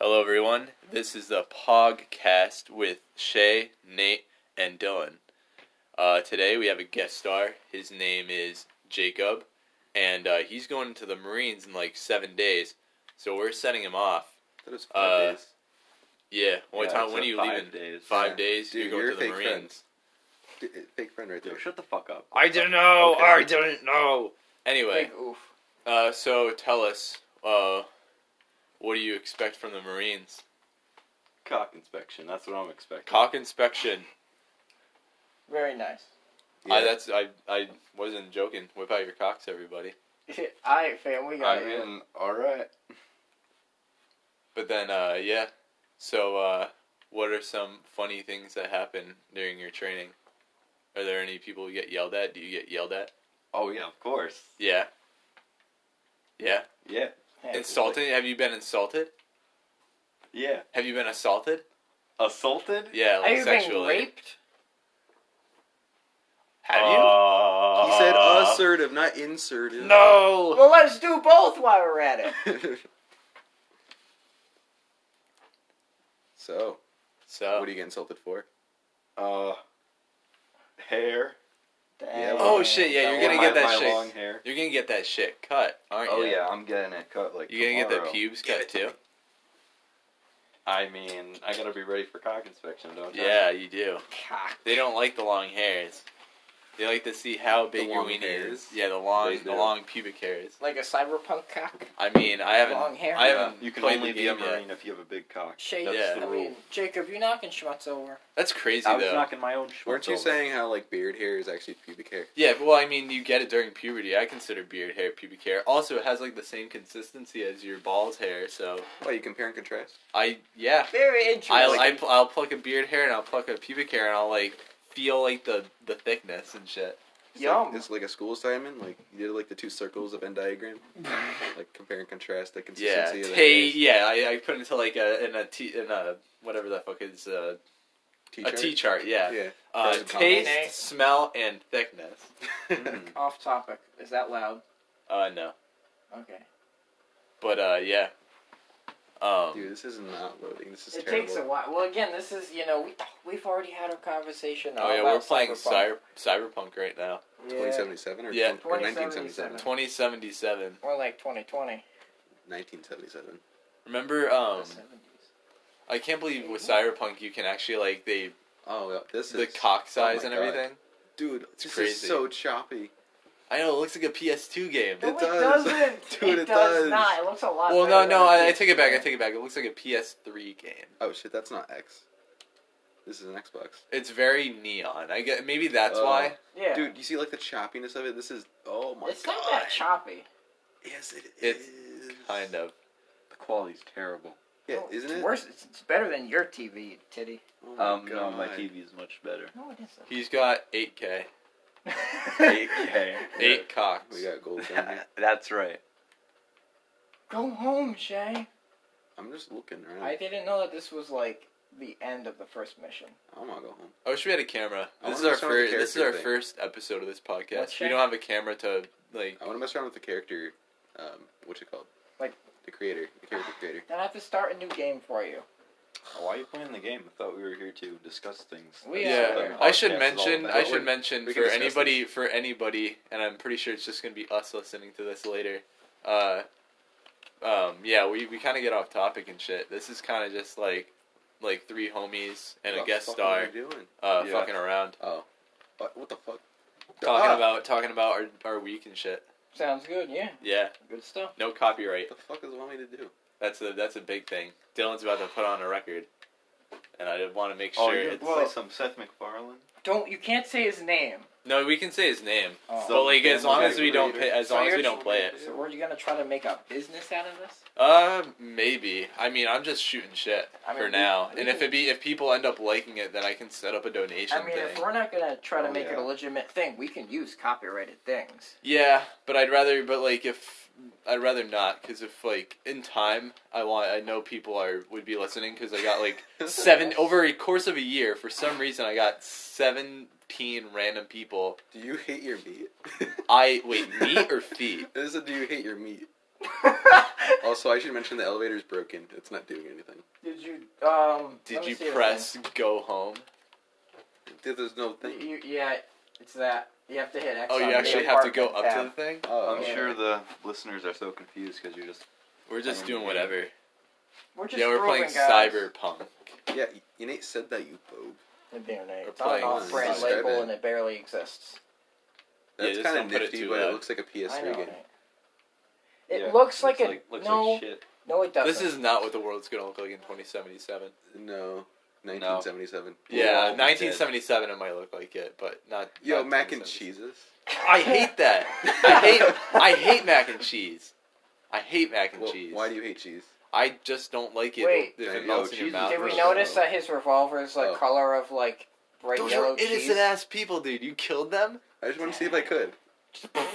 Hello, everyone. This is the Pogcast with Shay, Nate, and Dylan. Uh, today we have a guest star. His name is Jacob, and uh, he's going to the Marines in like seven days. So we're sending him off. That was five Uh, days. Yeah. What Yeah, time? it's When a are you five leaving? Days. Five Yeah. days. Dude, you're going you're to a the fake Marines. friend. D- uh, fake friend right there. Dude, shut the fuck up. I don't know. Okay. I don't know. Anyway, Big oof. uh, so tell us, uh, what do you expect from the Marines? Cock inspection. That's what I'm expecting. Cock inspection. Very nice. I, that's I I wasn't joking. Whip out your cocks, everybody. All right, fam. We got I it. mean, all right. But then, uh, yeah. So, uh, what are some funny things that happen during your training? Are there any people you get yelled at? Do you get yelled at? Oh yeah, of course. Yeah. Yeah. Yeah, Yeah. Insulted? Have you been insulted? yeah. Have you been assaulted? Assaulted? Yeah, Are like you being sexually. raped? Have you? Uh, He said assertive, not insertive. No. Well, let's do both while we're at it. so, so. what do you get insulted for? Uh, hair. Yeah, Oh, shit, yeah, Dang. you're Yeah, gonna my- get that my shit. long hair. You're gonna get that shit cut, aren't Oh you? yeah, I'm getting it cut like. You're gonna get tomorrow. that pubes cut too? I mean, I gotta be ready for cock inspection, don't I? Yeah, you do. Cock. They don't like the long hairs. They like to see how big your long weenie hairs. is. Yeah, the long, They the do. long pubic hairs. Like a cyberpunk cock. I mean, I haven't. Long hair. I haven't. You can played only the be a game yet. marine if you have a big cock. Shade. That's Yeah. the I rule. mean, Jacob, you're knocking schmutz over. That's crazy I was though. knocking my own. Weren't schmutz you over. saying how like beard hair is actually pubic hair? Yeah, well, I mean, you get it during puberty. I consider beard hair pubic hair. Also, it has like the same consistency as your balls hair. So Why you compare and contrast? I, yeah, Very interesting. I, I, pl- I'll pluck a beard hair and I'll pluck a pubic hair and I'll like feel like the the thickness and shit. It's Yum. Like, it's like a school assignment. Like you did like the two circles of Venn diagram. like compare and contrast the Yeah, consistency. of the t- hairs. yeah. I, I put into like a in a t in a whatever the fuck is uh, a T-chart? T chart. Yeah, Yeah. Uh, Pros and cons. taste, smell, and thickness. Mm. Off topic. Is that loud? Uh, no, Okay. but uh, yeah. Um, Dude, this is not loading. This is It terrible. takes a while. Well, again, this is you know we we've already had our conversation. Oh all yeah, about we're playing cyberpunk. cyber, cyberpunk right now. Yeah. 2077 or, Yeah. 20- or 1977? 2077. More like 2020. 1977. Remember, um, 70s. I can't believe with cyberpunk you can actually like they Oh, well, this the is cock size oh and my God. everything. Dude, this is crazy. so choppy. I know it looks like a PS2 game. No, It it, does. does. not Dude, it, it does, does. not. It looks a lot. Well, no, better no, than I, a I take it back. I PS2. take it back. It looks like a PS3 game. Oh shit, that's not X. This is an Xbox. It's very neon. I get maybe that's Oh. why. Yeah, Dude, you see like the choppiness of it? This is oh my it's god. not that choppy. yes, it It's is. Kind of. The quality's terrible. Yeah, No, isn't It's it? worse. It's, it's better than your TV, you titty. Oh my Um, no, my God. TV is much better. No, it He's got 8K, isn't. 8K. eight cocks. We got gold down here. That's right. Go home, Shay. I'm just looking around. I I, didn't know that this was like the end of the first mission. wanna go home. I wish we had a camera. I This is wanna our mess around with first. the This is character our thing. first episode of this podcast. What's we that? don't have a camera to like. I wanna mess around with the character um what's it called? Like- the creator. The character creator. Then I have to start a new game for you. Why are you playing the game? I thought we were here to discuss things. We That's are. what the Yeah, I should podcast is all mention. about. I should mention we for can discuss anybody, for anybody, and I'm pretty sure it's just gonna be us listening to this later. Uh, um, yeah, we, we kind of get off topic and shit. This is kind of just like, like three homies and a What the guest fuck are star, you doing? uh, Yeah. fucking around, Oh. What, what the fuck? talking Ah! about talking about our our week and shit. Sounds good. Yeah, Yeah, good stuff. no copyright. What the fuck does it want me to do? That's a that's a big thing. Dylan's about to put on a record, and I want to make Oh, sure. you're it's, gonna play some Seth MacFarlane. Don't you can't say his name. no, we can say his name, Oh. but like as long as we don't pay, Creator. as long as we don't play it. So, were you gonna try to make a business out of this? Uh, maybe. I mean, I'm just shooting shit I mean, for we- now. we and if can- it be if people end up liking it, then I can set up a donation I mean, thing. if we're not gonna try to Oh, make it yeah. a legitimate thing, we can use copyrighted things. Yeah, but I'd rather. But like, if I'd rather not, because if like in time, I want. I know people are would be listening because I got like seven over a course of a year. For some reason, I got seventeen random people. Do you hate your meat? I Uh, wait, meat or feet? This is a do you hate your meat? Also, I should mention the elevator's broken. It's not doing anything. Did you um? let Did me you see the press go home? There- There's no thing. thing. You, yeah, it's that. You have to hit X. Oh, on you the actually have to go apartment up to tab. the thing? Oh, I'm Yeah. sure the listeners are so confused because you're just We're just Um, doing yeah. whatever. We're just Yeah, we're playing scrolling, guys. Cyberpunk. yeah. You Nate said that you bobe. The beer night. We're It's on an playing off-brand Cyber. label and it barely exists. Yeah, That's just kind don't of put it uh, nifty, too but loud. it looks like a I PS3 know. game. right? It Yeah, looks like a like, looks no. like shit. no, it doesn't. This is not what the world's gonna look like in 2077. No, 1977. Yeah, Yeah, 1977 it might look like it, but not. Yo, not mac and 1977. cheeses. I hate that. I hate. I hate mac and cheese. I hate mac and Well, cheese. why do you hate cheese? I just don't like it. Wait. if Yo, it melts in your cheese mouth. Did we Bro. notice that his revolver is like Oh. color of like bright Those yellow were innocent cheese? ass people, dude. You killed them. I just want to see if I could.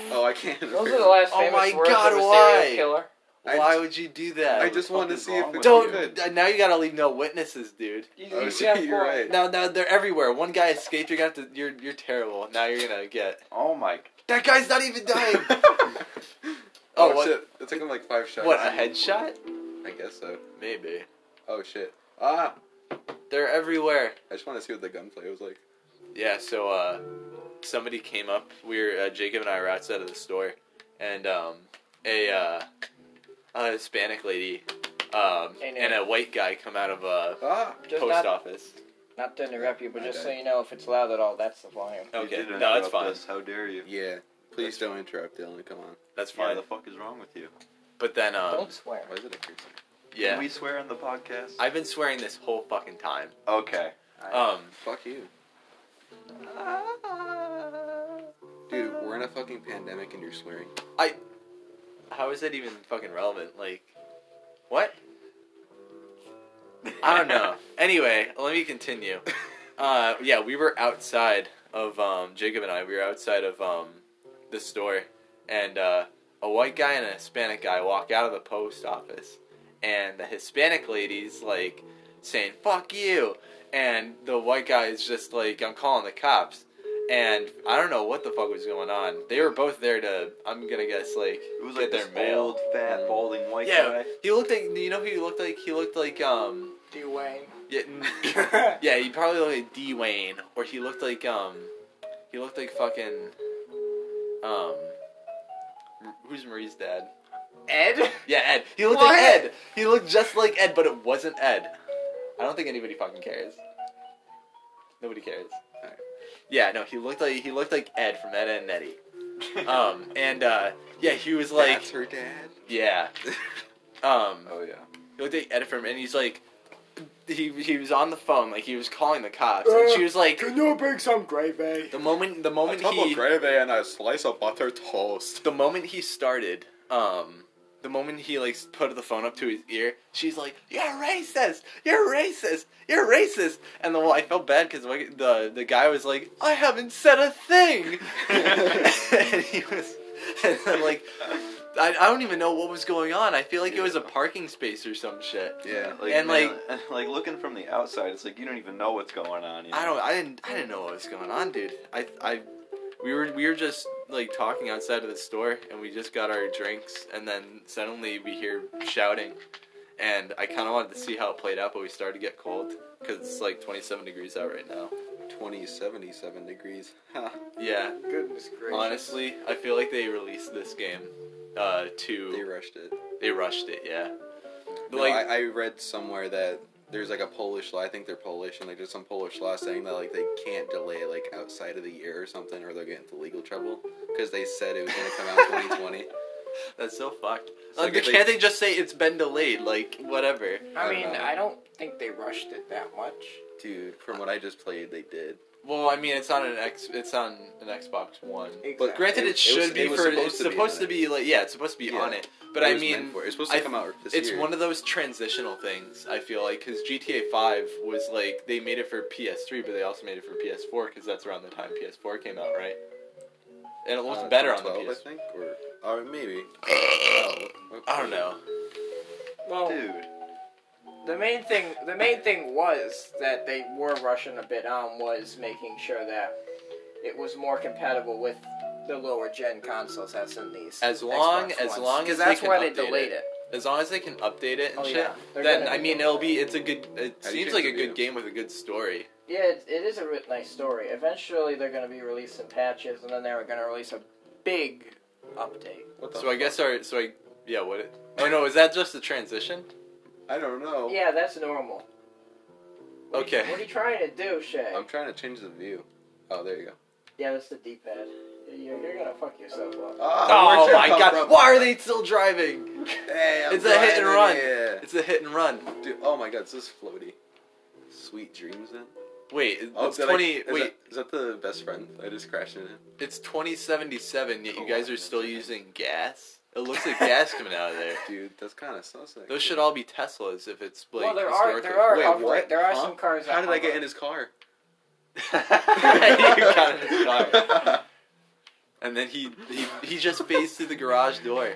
Oh, I can't. Those are the last Oh famous my words God, of a why? serial killer. I Why just- would you do that? I What the just wanted to fuck is see if wrong it with don't. uh, you? could. Now you gotta leave no witnesses, dude. Oh, He's see, Jeff you're Boy. right. Now, now they're everywhere. One guy escaped. You're gonna have to. You're you're terrible. Now you're gonna get Oh my! that guy's not even dying. oh, oh, what? shit! It took him like five shots. What a headshot? I guess so. Maybe. Oh shit! Ah, They're everywhere. I just want to see what the gunplay was like. Yeah, so uh, somebody came up. We were uh, Jacob and I were outside of the store, and um, a, uh, a Hispanic lady um, Hey, Nate. and a white guy come out of a Ah, Just post not, office. not to interrupt you, but I just so died. you know, if it's loud at all, that's the volume. you Okay, did no, that's interrupt fine. us. How dare you? yeah. Please don't interrupt, Dylan. Come on. That's Why fine. the fuck is wrong with you? But then, um, Don't swear. Why is it a cursor? Can yeah, we swear on the podcast? I've been swearing this whole fucking time. okay. Um, Fuck you, dude. We're in a fucking pandemic, and you're swearing. how is that even fucking relevant? Like, what? I don't know. anyway, let me continue. Uh, yeah, we were outside of um, Jacob and I. We were outside of um, the store, and uh, a white guy and a Hispanic guy walk out of the post office, and the Hispanic lady's like saying "fuck you," and the white guy is just like, "I'm calling the cops." And I don't know what the fuck was going on. They were both there to, I'm gonna guess, like It was get like their this mail. Mm. old, fat, balding white Yeah. guy. He looked like, you know who he looked like? He looked like, um, Dwayne. yeah, Yeah, he probably looked like D Wayne, or he looked like um, he looked like fucking um, who's Marie's dad? Ed? Yeah, Ed. He looked like What? Ed. He looked just like Ed, but it wasn't Ed. I don't think anybody fucking cares. Nobody cares. Alright. Yeah, no, he looked like he looked like Ed from Ed and Eddie. Um, and uh, yeah, he was like, That's her dad. yeah, um, oh yeah. he looked at Ed from, and he's like, he he was on the phone, like he was calling the cops, and she was like, Uh, you bring some gravy? The moment the A moment tub of he gravy and a slice of butter toast. the moment he started, um the moment he like put the phone up to his ear, she's like, "You're racist! You're racist! You're racist!" And the well, I felt bad because the the guy was like, "I haven't said a thing," and he was, and then, like, I, I don't even know what was going on. I feel like it was a parking space or some shit. Yeah. Like, And, man, like, looking from the outside, it's like you don't even know what's going on. You know? I don't. I didn't. I didn't know what was going on, dude. I. I. We were. We were just like talking outside of the store, and we just got our drinks, and then suddenly we hear shouting, and I kind of wanted to see how it played out, but we started to get cold because it's like 27 degrees out right now. Twenty seventy-seven degrees. Yeah. Goodness gracious. Honestly, I feel like they released this game. Uh, they to rushed it. they rushed it. Yeah. No, like I, I read somewhere that there's like a Polish law. I think they're Polish, and like there's some Polish law saying that like they can't delay like outside of the year or something, or they'll get into legal trouble because they said it was gonna come out 2020. that's so fucked. So like, if they- can't they just say it's been delayed? Like whatever. I I mean, don't know. I don't think they rushed it that much. Dude, from what I just played, they did. Well, I mean, it's on an X. It's on an Xbox One. But Exactly. Granted, it, It- it should was- be it was for. supposed it's to be supposed on to it. be like yeah, it's supposed to be Yeah. on it. But It I was mean, meant for- it's supposed to I- come out this it's year. one of those transitional things. I feel like because GTA Five was like they made it for PS3, but they also made it for PS4 because that's around the time PS4 came out, right? And it looked Uh, better on the 2012, PS. I think, or or maybe. oh, what- I don't know. well, Dude, the main thing the main thing was that they were rushing a bit on was making sure that it was more compatible with the lower gen consoles have some of these. As long- Xbox as ones. long as they that's can why they update delayed it. it. As long as they can update it and Oh, shit, yeah. They're then gonna I be mean doing it'll be it's a good. It How do you seems change like the a good game? game with a good story. Yeah, it, it is a ri- nice story. Eventually, they're going to be releasing patches, and then they're going to release a big update. What the So I guess our so I yeah what? It, oh no, is that just the transition? I don't know. Yeah, that's normal. What Are you, what are Okay. you trying to do, Shay? I'm trying to change the view. Oh, there you go. Yeah, that's the D-pad. You're, you're going to fuck yourself up. Oh my god! Why are they still driving? It's a hit and run. Yeah. It's a hit and run. Dude, oh my god, is this floaty? Sweet dreams then? Wait, Oh, it's did I- twenty. is wait, That, is that the best friend I just crashed into? it's twenty seventy seven. Yet you Cool. guys are still using gas. It looks like gas coming out of there. Dude, that's kind of sus. Those should all be Teslas if it's like well, there are there are Wait, upgra- what? there are Huh? some cars. How that did I get hover. in his car? historically. You got in his car. and then he, he he just phased through the garage door.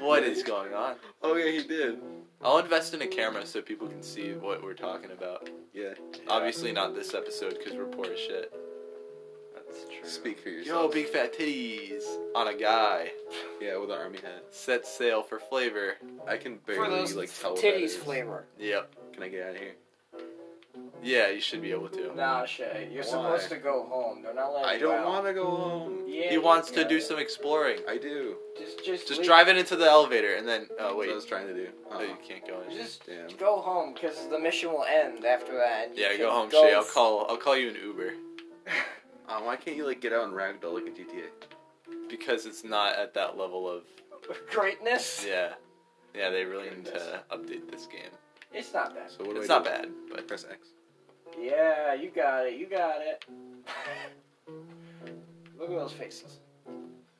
What is going on? Oh yeah, he did. I'll invest in a camera so people can see what we're talking about. Yeah. Obviously not this episode because we're poor as shit. That's true. Speak for Yo, yourself. big fat titties on a guy. yeah, with an army hat. Set sail for flavor. I can barely for those like tell what that titties is. flavor? Yep. Can I get out of here? Yeah, you should be able to. Nah, Shay, you're Why? supposed to go home. They're Oh, not letting I you don't out. want to go Hmm. home. Yeah, He you wants to gotta- do some exploring. I do. Just, just, Just leave- drive it into the elevator and then. Oh That's what wait. I was trying to do. Oh, you Oh, can't go in. Just damn. go home because the mission will end after that. And you Yeah, can go home, Shay. I'll f- call. I'll call you an Uber Uh, why can't you like get out and ragdoll like in GTA? because it's not at that level of. Greatness. Yeah, yeah. They really need to update this game. It's not that. So what do It's I not do? bad, but Press X. Yeah, you got it. You got it. Look at those faces. Oh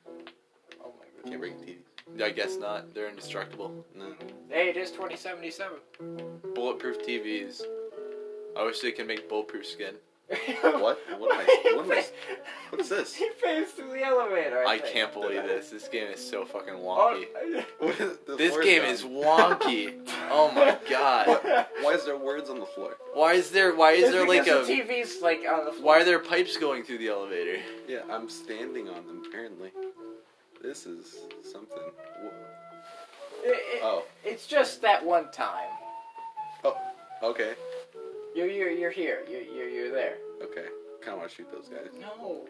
my goodness. Can't break titties. I guess not. They're indestructible. No. Hey, it is 2077. Bulletproof TVs. I wish they could make bulletproof skin. What? What am I- what am I- What is this? He phased through the elevator. I, I think. can't believe this. This game is so fucking Oh, wonky. What is the This floor's game gone. is wonky. Oh my god. What? Why is there words on the floor? Why is there? Why is It's there like because a? the TV's like on the floor. Why are there pipes going through the elevator? Yeah, I'm standing on them apparently. This is something. Whoa. It- it- Oh, It's just that one time. okay, You're you're you're here. You're you're, you're there. okay. Kind of want to shoot those guys. No.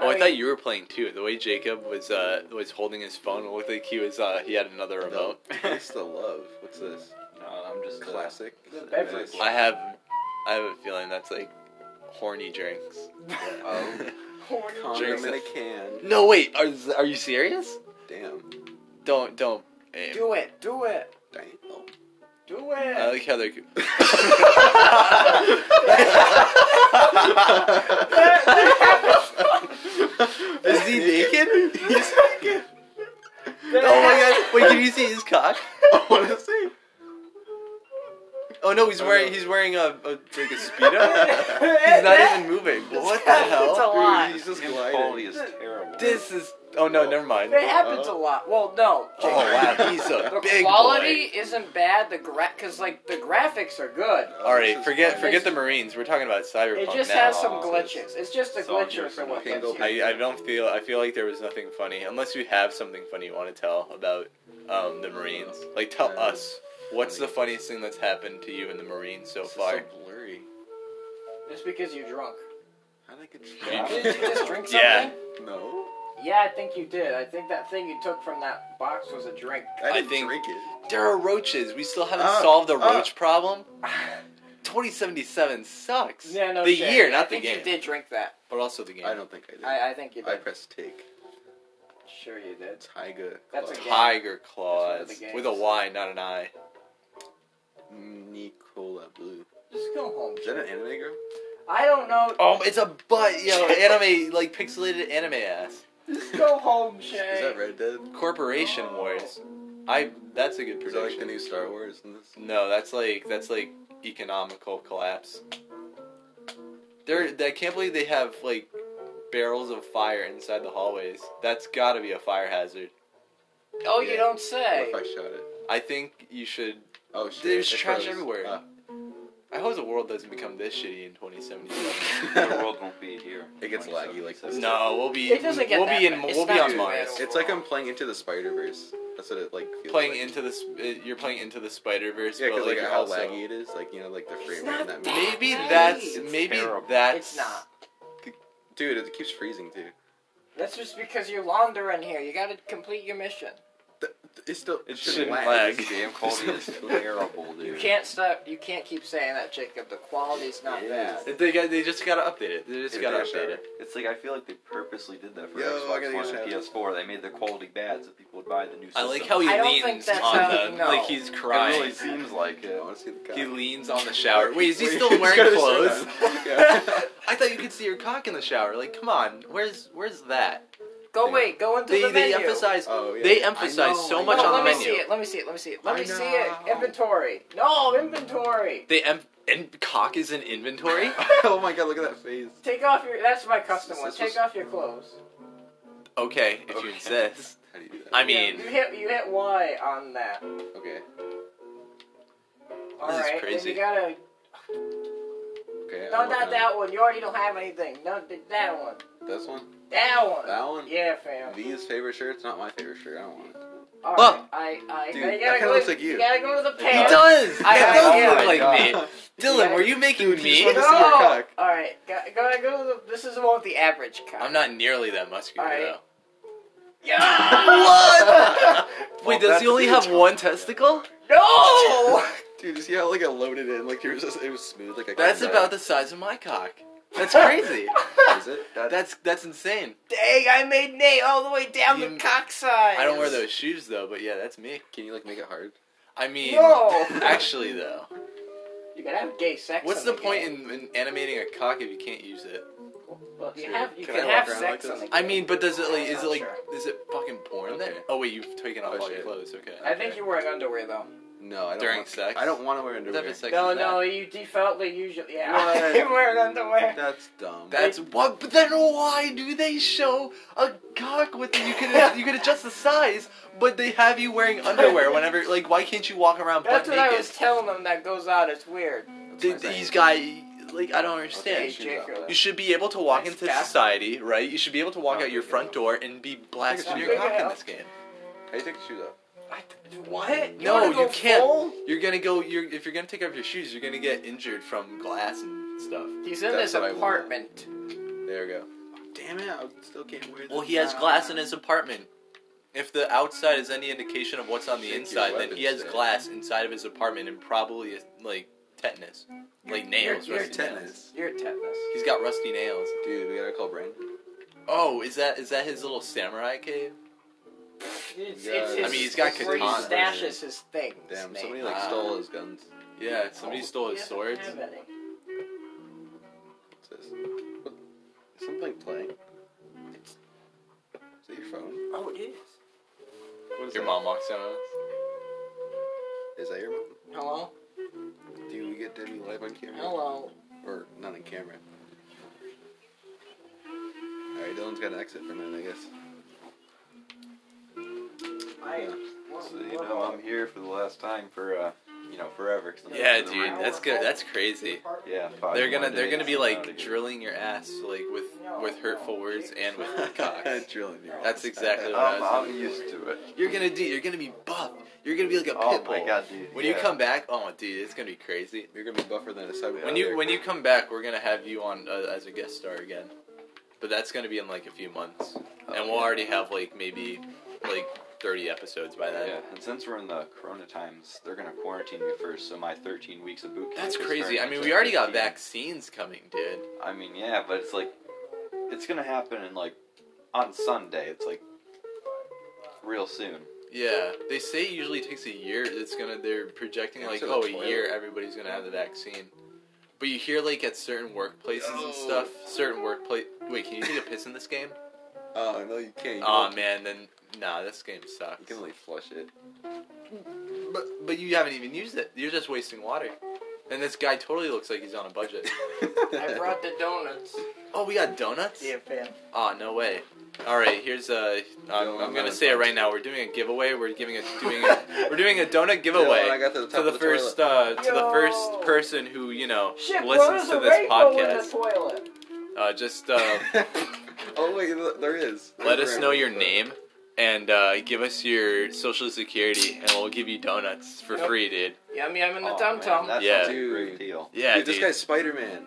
Oh, I thought you were playing too. The way Jacob was uh was holding his phone, it looked like he was uh he had another remote. Taste the love. What's this? No, I'm just uh, Classic. The beverage. Nice. I have I have a feeling that's like horny drinks. Oh, Horny. condom in a Drinks. can. No, wait, are are you serious? Damn. Don't don't. aim. Do it. Do it. Damn. Do I it. like how they're. Is he naked? He's naked. Oh my god! Wait, can you see his cock? I want to see. Oh no, he's Oh, wearing no. he's wearing a, a like a speedo. He's He's not even moving. What the It's hell? a lot. Dude, he's just His gliding. quality is terrible. This is. Oh no, never mind. It happens a lot. Well, no. Oh wow, he's The a big boy. quality isn't bad. The gra because like the graphics are good. Oh, All this right, is forget fun. forget the Marines. We're talking about cyberpunk It just now. has some Oh, glitches. It's just a it's all glitch here or for something. the pingle That's- I, I don't feel I feel like there was nothing funny unless you have something funny you want to tell about um, the Marines. Like tell Uh, us what's the funniest thing that's happened to you in the Marines so This is far. so blurry. It's because you're drunk. How did I get Yeah. Did you just drink something? Yeah. No. Yeah, I think you did. I think that thing you took from that box was a drink. I I didn't think- drink it. There are roaches. We still haven't Uh, solved the uh. roach problem. 2077 sucks. Yeah, no the shit. year, I not the think game, You did drink that. but also the game. I don't think I did. I, I think you I did. pressed take. Sure, you did. Tiger. That's a Claw. Tiger That's Claws one of the with a games. Y, not an I. Nicola Blue. Just go home. Is that an anime girl? I don't know. Oh, it's a butt, yo, anime like pixelated anime ass. Just go home, Shay. Is that Red Dead? Corporation Wars. I that's a good Is prediction. that like the new Star Wars? And this? No, that's like that's like economical collapse. They're I can't believe they have like barrels of fire inside the hallways. That's got to be a fire hazard. Oh, you Yeah. don't What say. if I shot it? I think you should. Oh shit! There's it trash froze. everywhere. Ah. I hope the world doesn't become this shitty in 2077. the world won't be here. It gets laggy like this. no, we'll be It doesn't get we'll that be in bad. It's we'll be not on too Mars. bad. It's like I'm playing into the Spider Verse. That's what it like feels Playing like. into the sp- uh, you're playing into the Spider Verse, yeah, but because like, like how also, laggy it is, like you know, like the frame rate in not that movie. Maybe Hey, that's it's maybe terrible. that's It's not. Dude, it keeps freezing too. That's just because you're laundering here. You gotta complete your mission. Th- th- It still It should shouldn't lag. lag. This damn quality is terrible, dude. You can't stop. You can't keep saying that, Jacob. The quality's not It bad. They got they just gotta update it. They just If gotta they're update sure. it. It's like I feel like they purposely did that for Yo, I gotta Xbox get One shout out. and PS4. They made the quality bad so people would buy the new I system. like how he I don't leans think that's on how- the no. like he's it crying. really seems like Yeah, I it. want to see the cock. He leans on the shower. Wait, is he Wait, still he's wearing got his clothes? shirt on. Yeah. I thought you could see your cock in the shower. Like, come on, where's where's that? Go wait. Go into They the they menu. emphasize Oh, yeah. they I emphasize know, I so No, much know. on oh, the let me menu. see it. Let me see it. Let me see it. Let I me see it. know. Inventory. No inventory. They em- and cock is in inventory. oh my god, look at that face. Take off your. That's my custom This one. was- Take off your clothes. okay, if you Okay. insist. How do you do that? I Yeah, mean, you hit you hit Y on that. Okay, All is right. crazy. Then you gotta. okay. No, I'm working not on that one. You already don't have anything. No, th- that one. it. This one? That one. That one? Yeah, fam. These favorite shirts? Not my favorite shirt. I don't want it. All Look. right. I I. Oh. Dude, now you that gotta kinda go. looks like you. gotta go to the he pants. does. I- that I- Oh does yeah. look like Yeah. me. Dylan, were you making Dude, me? he's one of No! Mr. Cock. All right, go, go, go. to the- This is the one with the average cock. I'm not nearly that muscular Alright. though. Yeah. What? Well, Wait, does that's he only the have intro. one testicle? no. Dude, you see how like I loaded it in? Like it was just, it was smooth. Like I That's couldn't- about the size of my cock. That's crazy. Is it? that's that's insane. Dang, I made Nate all the way down You- the cock size. I don't wear those shoes though, but yeah, that's me. Can you like make it hard? I mean, No. actually though, You gotta have gay sex. what's on the game. point in, in animating a cock if you can't use it? Well, you Dude, have, you can can, I walk have around like sex on this? the game. I mean, but does it like is it Not like sure. is it fucking porn then? Okay. Oh wait, you've taken off Oh, all your shit. clothes. Okay. I think you're wearing underwear though. No, I don't. During want, sex? I don't want to wear What type underwear. of sex no, is that? no, you defaultly usually yeah. What? I'm wearing underwear. That's dumb. That's what. But then why do they show a cock with you can you can adjust the size, but they have you wearing underwear whenever like why can't you walk around butt That's what I naked? was telling them. That goes out. It's weird. That's Th- my thing. These guy like I don't Okay, understand. Hey, shoes off Jacob. of that. You should be able to walk Nice into back. society, right? You should be able to walk Oh, out your there you front go. door and be blasting Take your your cock shoes in off. this game. How do you take your shoes off? I, what? No, wanna you go can't. full? You're gonna go. You're if you're gonna take off your shoes, you're gonna get injured from glass and stuff. He's in That's this what I want. apartment. There we go. Damn it! I still can't wear. Well, he has glass in his apartment. If the outside is any indication of what's on the Check your inside, then he weapons has there. glass inside of his apartment and probably like tetanus, like nails, you're- rusty nails. tennis. You're tetanus. He's got rusty nails. Dude, we gotta call Brandon. Oh, is that is that his little samurai cave? It's, Yeah, it's his, I mean, he's got it's where he katana. stashes his things. Damn, Nate. somebody like Ah. stole his guns. Yeah, somebody stole his He doesn't swords. have any. What's this? What? Is something playing? Is that your phone? Oh, it is. What is Your that? mom walks in on us. Is that your mom? Hello? Do we get to be live on camera? Hello. Or not on camera? Alright, Dylan's got an exit for a minute, I guess. I, So, you know, I'm here for the last time for, uh, you know, forever. 'cause I'm Yeah, for the dude, room. that's good. That's crazy. Yeah, five They're gonna more they're days, gonna be I'm outta like here. drilling your ass like with with hurtful words and with cock. Drilling you. That's exactly what I I'm, was. I'm used to it. You're gonna do. You're gonna be buff. You're gonna be like a Oh pit bull. my god, dude. When yeah. you come back, oh dude, it's gonna be crazy. You're gonna be buffer than a subway. When you when you come back, we're gonna have you on uh, as a guest star again, but that's gonna be in like a few months, and we'll already have like maybe like thirty episodes by then. Yeah, and since we're in the Corona times, they're gonna quarantine me first. So my 13 weeks of boot camp. That's is crazy. very I much mean, like we already got 15. vaccines coming, dude. I mean, yeah, but it's like, it's gonna happen in like on Sunday. It's like real soon. Yeah, they say it usually takes a year. It's gonna. They're projecting Yeah, like, to the oh, a toilet. year, everybody's gonna have the vaccine. But you hear like at certain workplaces and stuff, certain workplace. Wait, can you take a piss in this game? Oh no, you can't. You Oh can, man, then nah, this game sucks. you can only flush it. But but you haven't even used it. You're just wasting water. And this guy totally looks like he's on a budget. I brought the donuts. oh, we got donuts. Yeah, fam. Oh no way. All right, here's a. I'm, I'm gonna say it right now. We're doing a giveaway. We're giving a doing a, We're doing a donut You know, giveaway when I got to the top to the of the first toilet. uh, to the Yo. first person who you know Shit, bro, listens there's a to this rainbow in the podcast. toilet. Uh, just uh, oh wait, th- there is. let There's us know rainbows, your but- name and uh, give us your social security, and we'll give you donuts for Yep. free, dude. Yum yum in the Oh, dum man, tum. That Yeah. sounds like a great Dude. deal. Yeah, dude, this guy's Spider Man.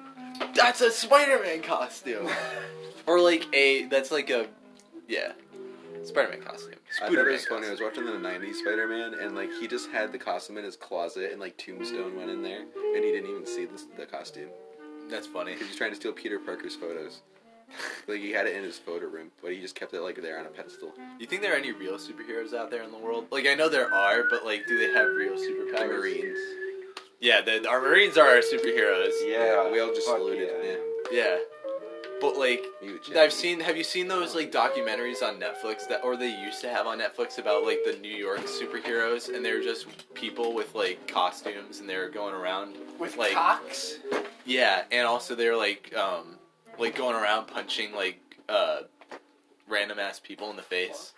that's a Spider-Man costume, or like a that's like a yeah, Spider-Man costume. I thought it Spooderman was funny. I was costume. watching the '90s Spider-Man, and like he just had the costume in his closet, and like Tombstone went in there, and he didn't even see the, the costume That's funny. because he's trying to steal Peter Parker's photos. Like he had it in his photo room, but he just kept it like there on a pedestal. You think there are any real superheroes out there in the world? Like I know there are, but like, do they have real superpowers? The Marines. Yeah, the, our Marines are our superheroes. Yeah, we all just fuck saluted. yeah. Yeah. Yeah, but like, You I've seen. Have you seen those like documentaries on Netflix that, or they used to have on Netflix about like the New York superheroes, and they're just people with like costumes, and they're going around. With like- cocks? Yeah, and also they're like, um, like going around punching like uh, random ass people in the face.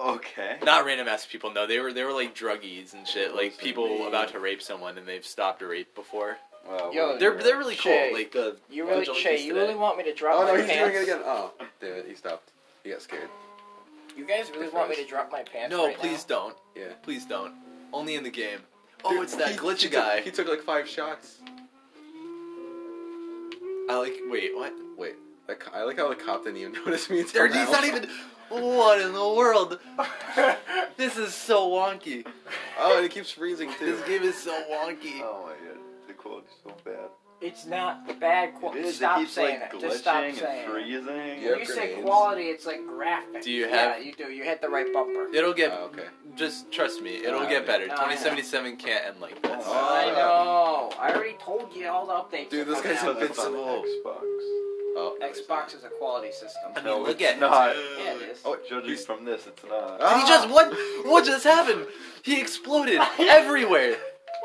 Okay. Not random ass people. No, they were they were like druggies and shit. Like people about to rape someone, and they've stopped a rape before. Well, Yo, Oh, we're- They're they're really cool. Shay. Like uh, the You the really, junkies Shay, you today. really want me to drop Oh my no, he's pants? doing it again. Oh, damn it, he stopped. He got scared. You guys really want me to drop my pants? No, right now? please don't. Yeah. Please don't. Only in the game. Oh, Dude, it's that he- glitchy he took- guy. he took like five shots. I like. Wait, what? Wait, that co- I like how the cop didn't even notice me. Until There, he's now. not even. What in the world? This is so wonky. Oh, and it keeps freezing too. This game is so wonky. Oh my god, the quality's so bad. it's not bad It quality. is. Stop it keeps saying like it. glitching Just stop and saying it. freezing. Yeah. When you say Grenades. quality, it's like graphic. Do you Yeah, have- you do. You hit the right bumper. It'll get. Oh, okay. Just trust me. It'll Oh, get yeah. better. Oh, yeah. 2077 can't end like this. Oh. I know. I already told you all the updates. Dude, are this coming guy's So out. a- that's on Xbox. Oh, no, he's not. Xbox is a quality system. I mean, No, look it's at not. Dude. Yeah, it is. Oh, judging he's- from this, it's not. Ah! He just what? What just happened? He exploded everywhere.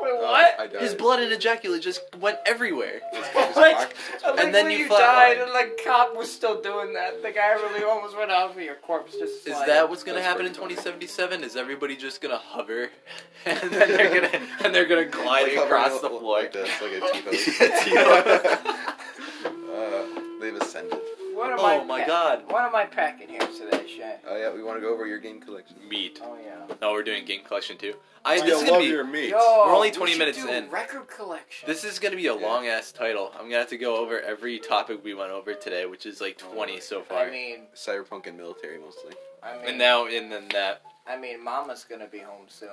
Wait, Oh, what? I died. His blood and ejaculate just went everywhere. What? And then you died, flatlined. and the cop was still doing that. The guy really almost went out for your corpse. Just Is sliding. that what's gonna That's happen in pretty funny. 2077? Is everybody just gonna hover, and then they're gonna and they're gonna glide Like across hovering the o- floor? like this, like a Yeah, uh, they've ascended. What am I oh my pack- god, What am I packing here today, Shay? Oh yeah, we want to go over your game collection. meat. Oh yeah. No, we're doing game collection too. I I this is gonna love be your meat. Yo, We're only we 20 should minutes do in. Record collection. this is gonna be a Yeah. long ass title. I'm gonna have to go over every topic we went over today, which is like 20 so Oh, far. I mean, Cyberpunk and military mostly. I mean, and now and then that. I mean, Mama's gonna be home soon.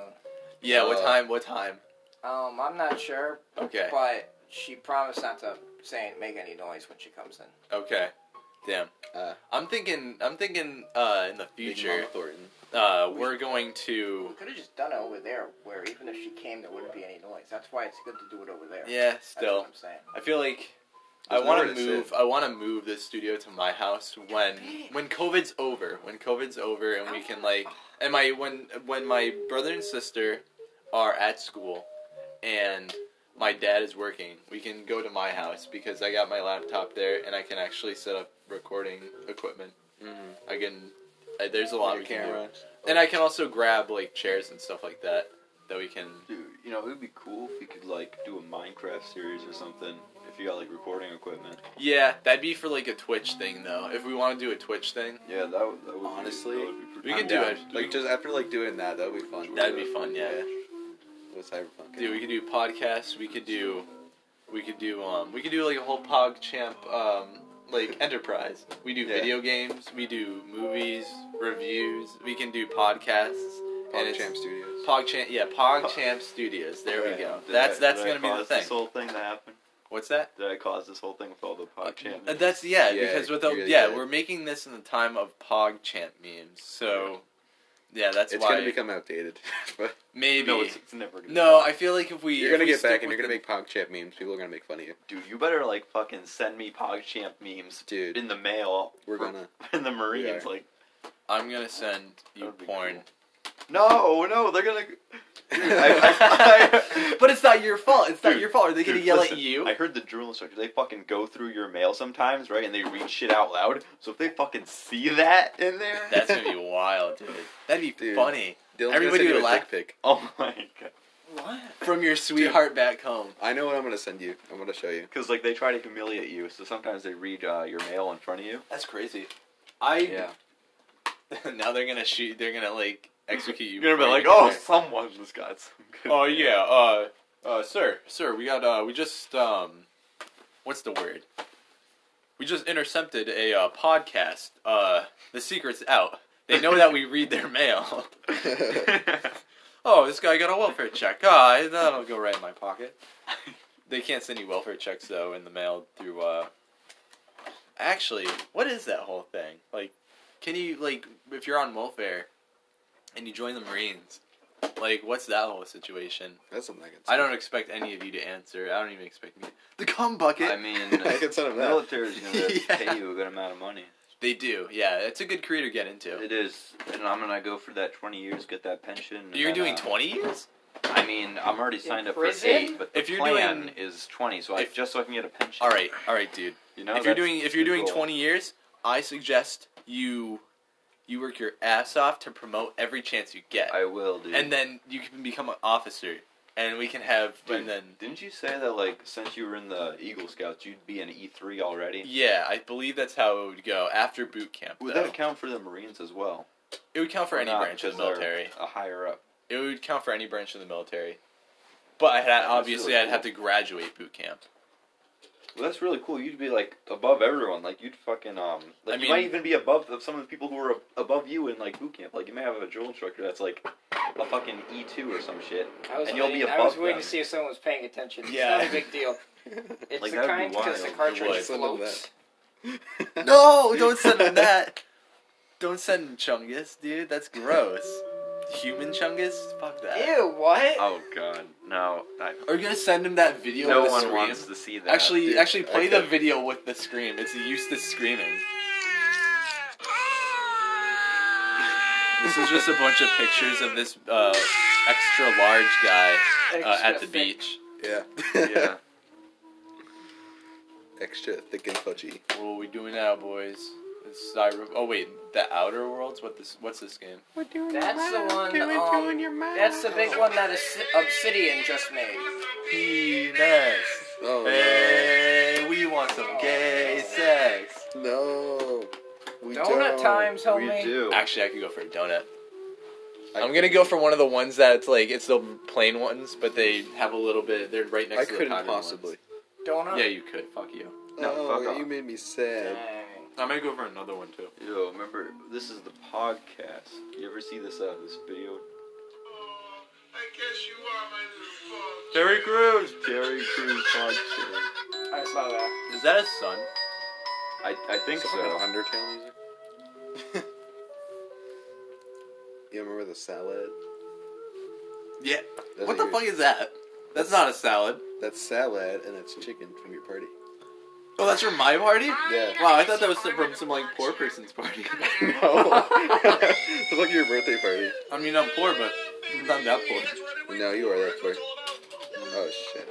Yeah, what Uh, time? What time? Um, I'm not sure, Okay, but she promised not to say make any noise when she comes in. okay, damn. Uh, I'm thinking. I'm thinking. Uh, in the Big future, Mama Thornton. uh, we're going We to. could have just done it over there, where even if she came, there wouldn't be any noise. That's why it's good to do it over there. Yeah, That's still. what I'm saying. I feel like There's I want to nowhere to move. sit. I want to move this studio to my house when when COVID's over. When COVID's over, and we can like and my when when my brother and sister are at school, and my dad is working. We can go to my house because I got my laptop there, and I can actually set up recording equipment. Mm-hmm. I can. I, there's a lot we can camera. do, and I can also grab like chairs and stuff like that that we can. Dude, you know, it would be cool if you could, like, do a Minecraft series or something if you got, like, recording equipment. Yeah, that'd be for like a Twitch thing though. If we want to do a Twitch thing. Yeah, that would, that would Honestly, be, that would be pretty we could cool. do I'm it. down. Like just after like doing that, that would be fun. That'd be fun, yeah. With Cyberpunk. Dude, we could do podcasts. We could do, we could do, um, we could do like a whole Pog Champ, um, like enterprise. We do Yeah. video games. We do movies, reviews. We can do podcasts. and Pog it's- Champ Studios. Pog Champ, yeah, Pog Champ Studios. There we Alright, go. did That's I- that's did I gonna be the cause thing. This whole thing to happen. What's that? Did I cause this whole thing with all the pod champs? Uh, That's yeah, Yeah, because with the, you really yeah, did. we're making this in the time of Pog Champ memes. So, yeah, that's it's why gonna become outdated, but maybe. No, No, it's, it's never gonna. I feel like if we you're if gonna we get stick back and with you're gonna the- make PogChamp memes. People are gonna make fun of you, dude, you better like fucking send me PogChamp memes dude. in the mail. We're for- gonna. And the Marines like, I'm gonna send you That'd be porn. cool. no, no, they're gonna. I- I- I- but it's not not your fault. It's not Dude, your fault. Are they Dude, gonna yell listen, at you? I heard the drill instructor. They fucking go through your mail sometimes, right? And they read shit out loud. So if they fucking see that in there, That's gonna be wild, dude. That'd be Dude. funny. Dylan's Everybody gonna send you would a laugh. dick pic. oh my god. What? From your sweetheart back home. I know what I'm gonna send you. I'm gonna show you. Because like they try to humiliate you, so sometimes they read uh, your mail in front of you. That's crazy. I Yeah. now they're gonna shoot. They're gonna like execute you. You're gonna be right like, oh, there. someone's got some. Good oh yeah, uh, uh, sir, sir, we got uh, we just um, what's the word? We just intercepted a uh, podcast. Uh, the secret's out. They know that we read their mail. Oh, this guy got a welfare check. Ah, that'll go right in my pocket. They can't send you welfare checks though in the mail through. uh Actually, what is that whole thing? Like, can you like if you're on welfare and you join the Marines? Like, what's that whole situation? That's something I can. Send. I don't expect any of you to answer. I don't even expect me. The cum bucket. I mean, I can send the him that. military's gonna Yeah. pay you a good amount of money. they do. Yeah, it's a good career to get into. It is, and I'm gonna go for that 20 years, get that pension. and You're then, doing uh, 20 years? I mean, I'm already signed up for prison? eight, but the If you're plan doing- is 20, so I if- just so I can get a pension. All right, all right, dude. You know, if you're that's doing if you're the doing goal. 20 years, I suggest you you work your ass off to promote every chance you get, I will, dude. and then you can become an officer, and we can have Dude, and then didn't you say that like since you were in the Eagle Scouts, you'd be an E3 already? yeah, I believe that's how it would go after boot camp. Would though. that count for the Marines as well? it would count for Or any not, branch of the because they're military. A higher up. It would count for any branch of the military. But I had, That's really obviously, I'd cool. have to graduate boot camp. Well, that's really cool. You'd be like above everyone. Like you'd fucking um. I Like you mean- might even be above of some of the people who are ab- above you in like boot camp. Like you may have a drill instructor that's like a fucking E two or some shit. I was And you'll be waiting- I above was waiting them. to see if someone was paying attention. Yeah. It's not a big deal. It's Like, the that'd be kind because the wild. It cartridge would. floats. No, don't send him that. Don't send him Chungus, dude. That's gross. Human Chungus? Fuck that. Ew, what? Oh god, no! I, Are you gonna send him that video? no with the one scream? wants to see that. Actually, dude. actually, play Okay. the video with the scream. It's Eustace screaming. This is just a bunch of pictures of this uh, extra large guy uh, at the Extra thick. beach. Yeah. yeah. Extra thick and fudgy. What are we doing now, boys? It's Cyber. Oh wait, the Outer Worlds. What this? What's this game? We're doing That's the one. Um, that's the big one that Obs- Obsidian just made. Penis. Oh Hey, we want some gay sex. no. We Donut don't. times, we homie. do. Actually, I could go for a donut. I- I'm gonna go for one of the ones that's like it's the plain ones, but they have a little bit. They're right next I to the couldn't powdered ones. possibly. Donut. Yeah, you could. Fuck you. No, oh, fuck off. you made me sad. Dang. I might go for another one too. Yo, remember this is the podcast. You ever see this uh this video? Terry Crews. Terry Crews podcast. I saw that. Is that his son? I I think It's like an so. Undertale music. you remember the salad? Yeah. That's what the your- fuck is that? That's not a salad. That's salad, and it's chicken from your party. Oh, that's from my party. Yeah. Wow, I thought that was from some like poor person's party. No. it's like your birthday party. I mean, I'm poor, but I'm not that poor. No, you are that poor. Oh shit.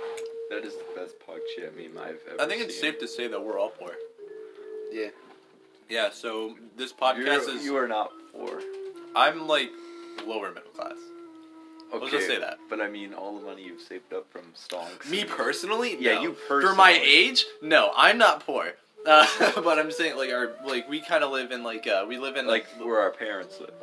That is the best podcast shit meme I've ever. I think it's seen. safe to say that we're all poor. Yeah. Yeah. So this podcast You're- is. You are not poor. I'm like lower middle class. Okay, Let's just say that. But I mean, all the money you've saved up from stonks. Me personally? Yeah, No. you For my personally. age? No, I'm not poor. Uh, but I'm saying like our like we kind of live in like uh we live in like like where our parents live,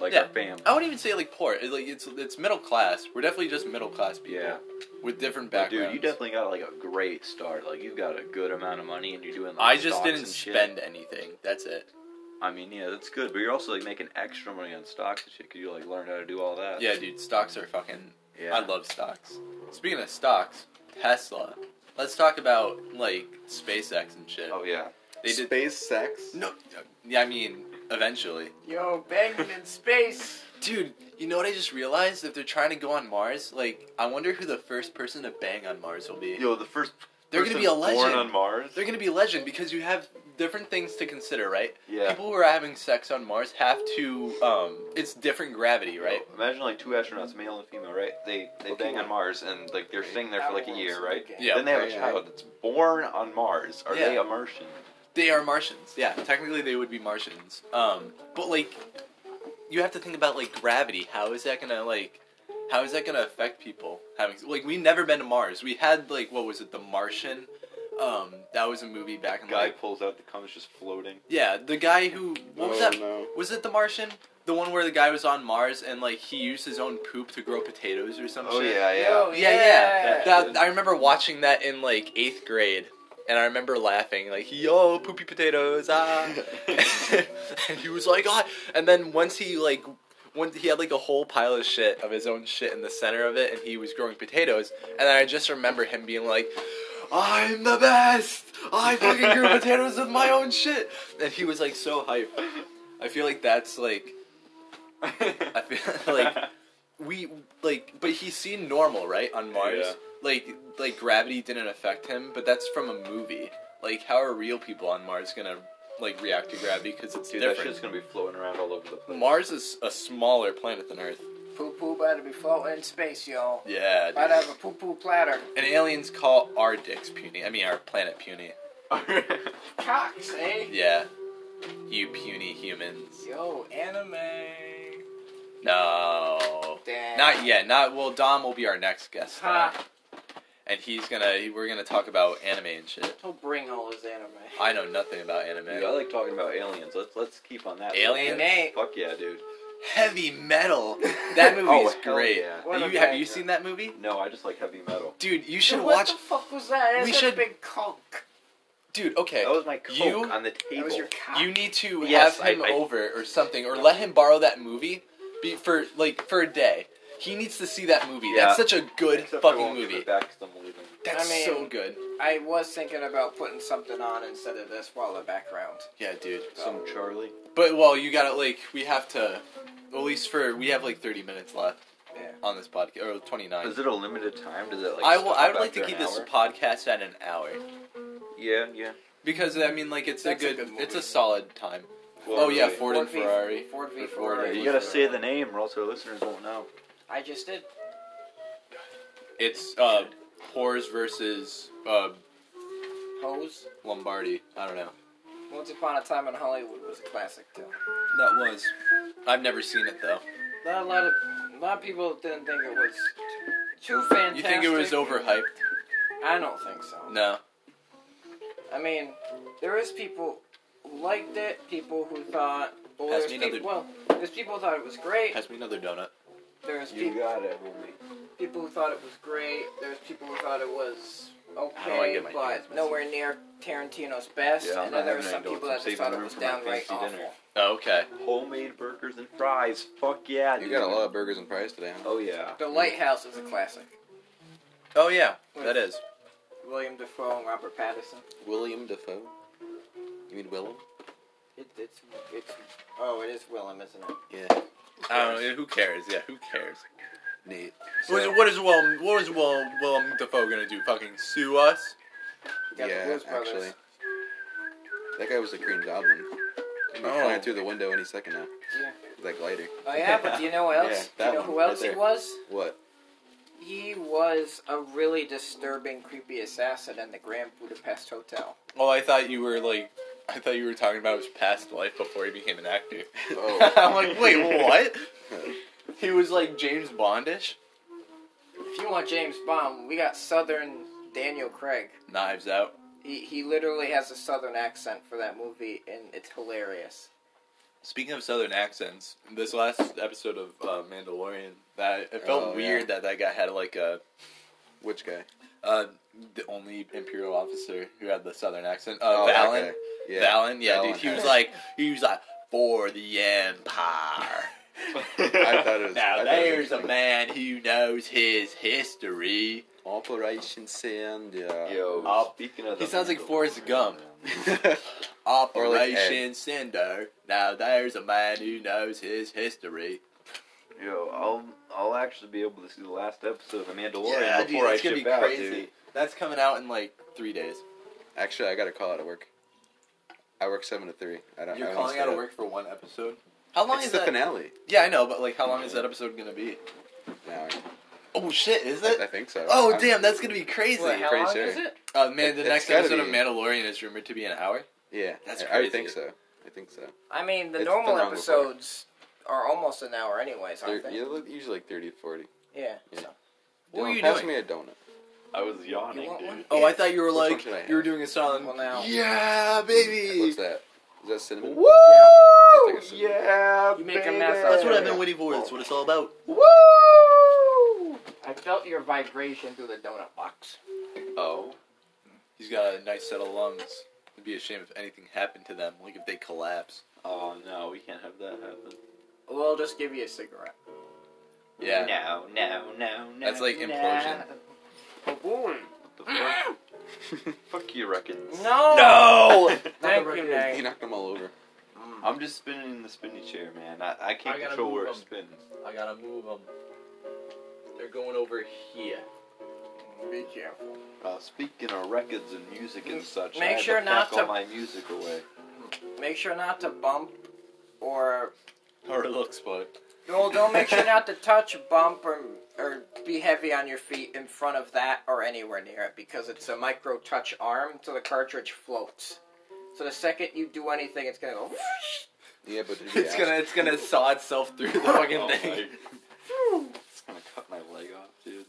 like Yeah. Oh. our family. I wouldn't even say like poor. It's like it's it's middle class. We're definitely just middle class people Yeah, with different but backgrounds. dude, you definitely got like a great start. Like you've got a good amount of money, and you're doing. Like, I just stocks didn't and shit. spend anything. That's it. I mean, yeah, that's good, but you're also like making extra money on stocks and shit. 'cause you like learned how to do all that. Yeah, dude, stocks are fucking. yeah. I love stocks. Speaking of stocks, Tesla. Let's talk about like SpaceX and shit. Oh yeah. They did Space sex. no. Yeah, I mean, eventually. Yo, banging in space. Dude, you know what I just realized? If they're trying to go on Mars, like, I wonder who the first person to bang on Mars will be. Yo, the first They're gonna be a Person Born legend. on Mars. They're gonna be a legend because you have different things to consider, right? yeah. People who are having sex on Mars have to. Um, it's different gravity, right? Imagine like two astronauts, male and female, right? They they Okay. bang on Mars and like they're staying there for like a year, right? Yeah. Then they have a Yeah. child that's born on Mars. Are Yeah. they a Martian? They are Martians. Yeah, technically they would be Martians. Um, but like, you have to think about like gravity. How is that gonna like? How is that gonna affect people having like? We never been to Mars. We had like what was it, The Martian? Um, that was a movie back in Guy like pulls out the cum is just floating. yeah, the guy who what was Oh, that? no. Was it The Martian? The one where the guy was on Mars and like he used his own poop to grow potatoes or some Oh shit. yeah, yeah. Yo, Yeah, yeah. Yeah. That, I remember watching that in like eighth grade, and I remember laughing like, "Yo, poopy potatoes!" Ah, and he was like, "Ah!" And then once he like, once he had like a whole pile of shit of his own shit in the center of it, and he was growing potatoes. And I just remember him being like, "I'm the best! I fucking grew potatoes with my own shit!" And he was like so hyped. I feel like that's like I feel like we like but he seemed normal, right, on Mars. Yeah. Like like gravity didn't affect him, but that's from a movie. Like how are real people on Mars gonna like react to gravity because it's Dude, that different. shit's gonna be floating around all over the place. Mars is a smaller planet than Earth. Poo poo better be floating in space, y'all. Yeah. Might Dude. have a poo poo platter. And aliens call our dicks puny. I mean our planet puny. Cocks, eh? Yeah. You puny humans. Yo, anime. No. Damn. Not yet. Not well. Dom will be our next guest, star. Ha. and he's gonna. We're gonna talk about anime and shit. Don't bring all his anime. I know nothing about anime. Dude, I like talking about aliens. Let's let's keep on that. Aliens? Anime. Fuck yeah, dude. Heavy metal. That movie Oh, is hell great. yeah. What a You, have you banger. seen that movie? No, I just like heavy metal. Dude, you should Dude, watch. What the fuck was that? That's We a should- big conk. Dude, okay. That was my coke You- on the That table. was your cock. You need to Yes, have him I- I- over or something, or let him borrow that movie, be, for like for a day. He needs to see that movie. Yeah. That's such a good Except I fucking won't give movie. it back 'cause I'm leaving. That's I mean- so good. I was thinking about putting something on instead of this while the background. Yeah, dude. Some Charlie. But well, you gotta like we have to, at least for we have like thirty minutes left Yeah. on this podcast or twenty nine. Is it a limited time? Does it like? I will. stop I would after like to an keep this hour? podcast at an hour Yeah, yeah. because I mean, like, it's That's a a good, good movie. it's a solid time. Well, oh yeah, really. Ford, and v- Ferrari. Ford v Or Ford Ferrari. and You gotta say the name, or else our listeners won't know. I just did. It's uh, Pors versus uh, Hose. Lombardi. I don't know. Once Upon a Time in Hollywood was a classic too. That was. I've never seen it though. Not a lot of, a lot of people didn't think it was too fantastic. You think it was overhyped? I don't think so. No. I mean, there is people who liked it, people who thought. Well, Pass there's, me people, another- well there's people who thought it was great. Pass me another donut. There's You people. got it, homie. people who thought it was great. There's people who thought it was do I okay, get my fingers but messy? nowhere near Tarantino's best. Yeah, I'm and not then there were having some any donuts. people I'm that just saving thought the it room was for my downright fancy awful. dinner. Oh, okay. Homemade burgers and fries. Fuck yeah, You dude. got a lot of burgers and fries today. Huh? Oh yeah. The Lighthouse is a classic. Oh yeah, that is. William Defoe and Robert Pattinson. William Defoe. You mean Willem? It, it's it's oh, it is Willem, isn't it? Yeah. I don't know. Who cares? Yeah, who cares? Nate. What is, what is Willem? What is Willem, Willem Dafoe gonna do? Fucking sue us? You got the Yeah, Blues Brothers. actually. That guy was the Green Goblin. He'll be Oh. flying through the window any second now. Yeah. With That glider. Oh yeah, but do you know what Yeah, else? that you know one who right else there. he was? What? He was a really disturbing, creepy assassin in the Grand Budapest Hotel. Oh, I thought you were like, I thought you were talking about his past life before he became an actor. Oh. I'm like, wait, what? he was like James Bondish. If you want James Bond, we got Southern Daniel Craig. Knives Out. He, he literally has a southern accent for that movie, and it's hilarious. Speaking of Southern accents, this last episode of uh, Mandalorian, that it felt Oh, yeah. weird that that guy had like a Which guy? uh, the only Imperial officer who had the Southern accent. Uh, Oh, that Valen. guy. Yeah. Valen. Yeah, dude. Valen He had was it. like, he was like for the Empire. I thought it was. I Now thought it was there's a interesting. man who knows his history. Operation Sand. Yeah. Yo, Up. speaking of He the sounds like Mandal- Forrest Gump. Or like Ed. Operation Cinder. Now there's a man who knows his history. Yo, I'll I'll actually be able to see the last episode of The Mandalorian Yeah, dude, before I that's ship gonna be out, crazy. dude. That's coming out in like three days. Actually, I got to call out of work. I work seven to three. I don't. I You're don't calling stay out of up. work for one episode. How long It's is the that? finale. Yeah, I know, but like, how long is that episode gonna be? An hour. Oh shit, is I, I it? think so. Oh I'm- damn, that's gonna be crazy. Wait, how Pretty long sure. is it? Uh, man, the It's next gotta episode of be- Mandalorian is rumored to be an hour. Yeah, That's I, I think crazy. so. I think so. I mean, the It's normal been around before. episodes are almost an hour, anyways, aren't They're, they? yeah, look, usually like thirty to forty. Yeah. Yeah. so. What were Dylan, you pass doing? me a donut. I was yawning, You want dude. one? Oh, I thought you were Which one like should I have? you were doing a song. Well, now- Yeah, baby. What's that? Is that cinnamon? Woo! I'll take a cinnamon. Oh, Yeah, You make a baby. mess out That's of what I've it. been waiting for. That's what it's all about. Woo! I felt your vibration through the donut box. Oh, He's got a nice set of lungs. It'd be a shame if anything happened to them, like if they collapse. oh no, we can't have that happen. We'll just give you a cigarette. Yeah. No, no, no, no. That's like implosion. Boom. What the fuck? fuck you, records. No. No! Thank Not the you, record. He Nate. knocked them all over. I'm just spinning in the spinny chair, man. I, I can't I gotta control move where it them. spins. I gotta move them. They're going over here. Mm, Be careful. Uh, speaking of records and music and such, Make I had sure to not pack all to- my music away. Make sure not to bump or Or looks, but well, don't make sure not to touch, bump, or or be heavy on your feet in front of that or anywhere near it because it's a micro touch arm, so the cartridge floats. So the second you do anything, it's gonna go. Yeah, but did we It's ask- gonna it's gonna saw itself through the fucking Oh thing. my- It's gonna cut my leg off, dude.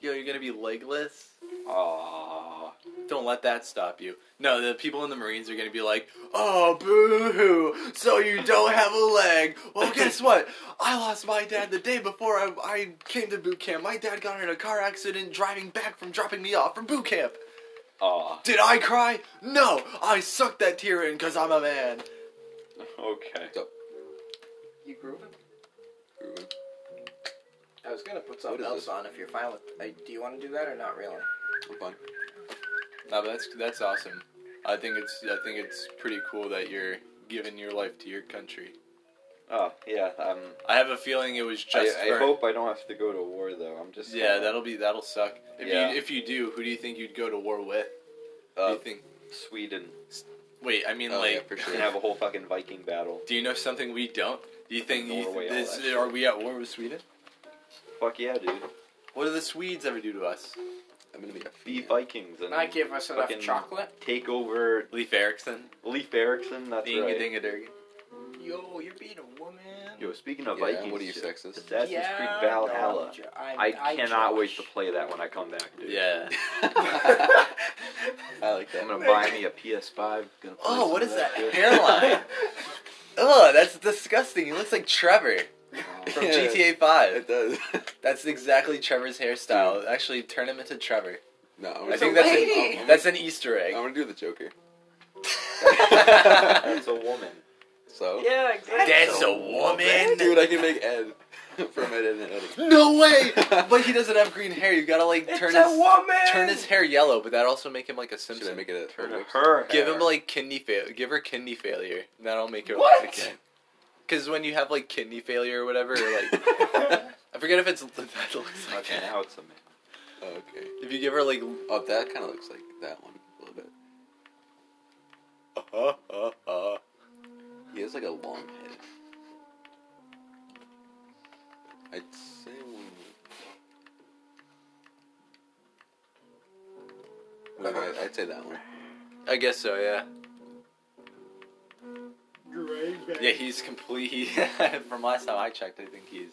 Yo, you're gonna be legless. Aww. don't let that stop you. No, the people in the Marines are gonna be like, oh, boo hoo, so you don't have a leg. Well, guess what? I lost my dad the day before I, I came to boot camp. My dad got in a car accident driving back from dropping me off from boot camp. Aw. Did I cry? No, I sucked that tear in because I'm a man. Okay. You grooving? Ruben, I was gonna put something What is else this? on if you're fine with. Uh, do you want to do that or not really? I'm fine. No, but that's that's awesome. I think it's I think it's pretty cool that you're giving your life to your country. Oh, yeah. Um, I have a feeling it was just. I, I for- hope I don't have to go to war, though. I'm just. Yeah, gonna, that'll be that'll suck. If Yeah. you if you do, who do you think you'd go to war with? do Uh, you think? Sweden. Wait, I mean Oh, like. yeah, for We sure. can have a whole fucking Viking battle. Do you know something we don't? Do you think you Norway, all this, that shit. are we at war with Sweden? Fuck yeah, dude. What do the Swedes ever do to us? I'm gonna be a Be female. Vikings and Not give us enough fucking- chocolate. take over Leif Erikson, Leif Erikson. That's Dinga right. Dinga Durga. Yo, you're being a woman. Yo, speaking of Yeah, Vikings, what are you, shit, sexist? Assassin's Creed Valhalla. I, cannot wait to play that when I come back, dude. Yeah. I like that. I'm gonna buy me a PS5. Gonna play Oh, what is some of that shit. hairline? Oh, Ugh, that's disgusting. He looks like Trevor Oh, from Yeah. GTA Five. It does. That's exactly Trevor's hairstyle. Actually, turn him into Trevor. no, I'm I gonna think do- that's lady. an, that's an Easter I'm egg. gonna do the Joker. That's a woman. So, Yeah, exactly. That's a woman. dude, I can make Ed from Ed and Ed. No way! but he doesn't have green hair. You gotta like turn his woman. turn his hair yellow, but that also make him like a Should I Simpson. make it a Her. Give him hair. like kidney fail. Give her kidney failure. That'll make her What? look like Because when you have like kidney failure or whatever, or, like I forget if it's that looks like Okay, now it's a man. Oh, okay. If you give her like Oh, that kind of looks like that one a little bit. uh, uh, uh, He has like a long head. I'd say one. Wait, wait, I'd say that one. I guess so, yeah. Yeah, he's complete. He, from last time I checked, I think he's.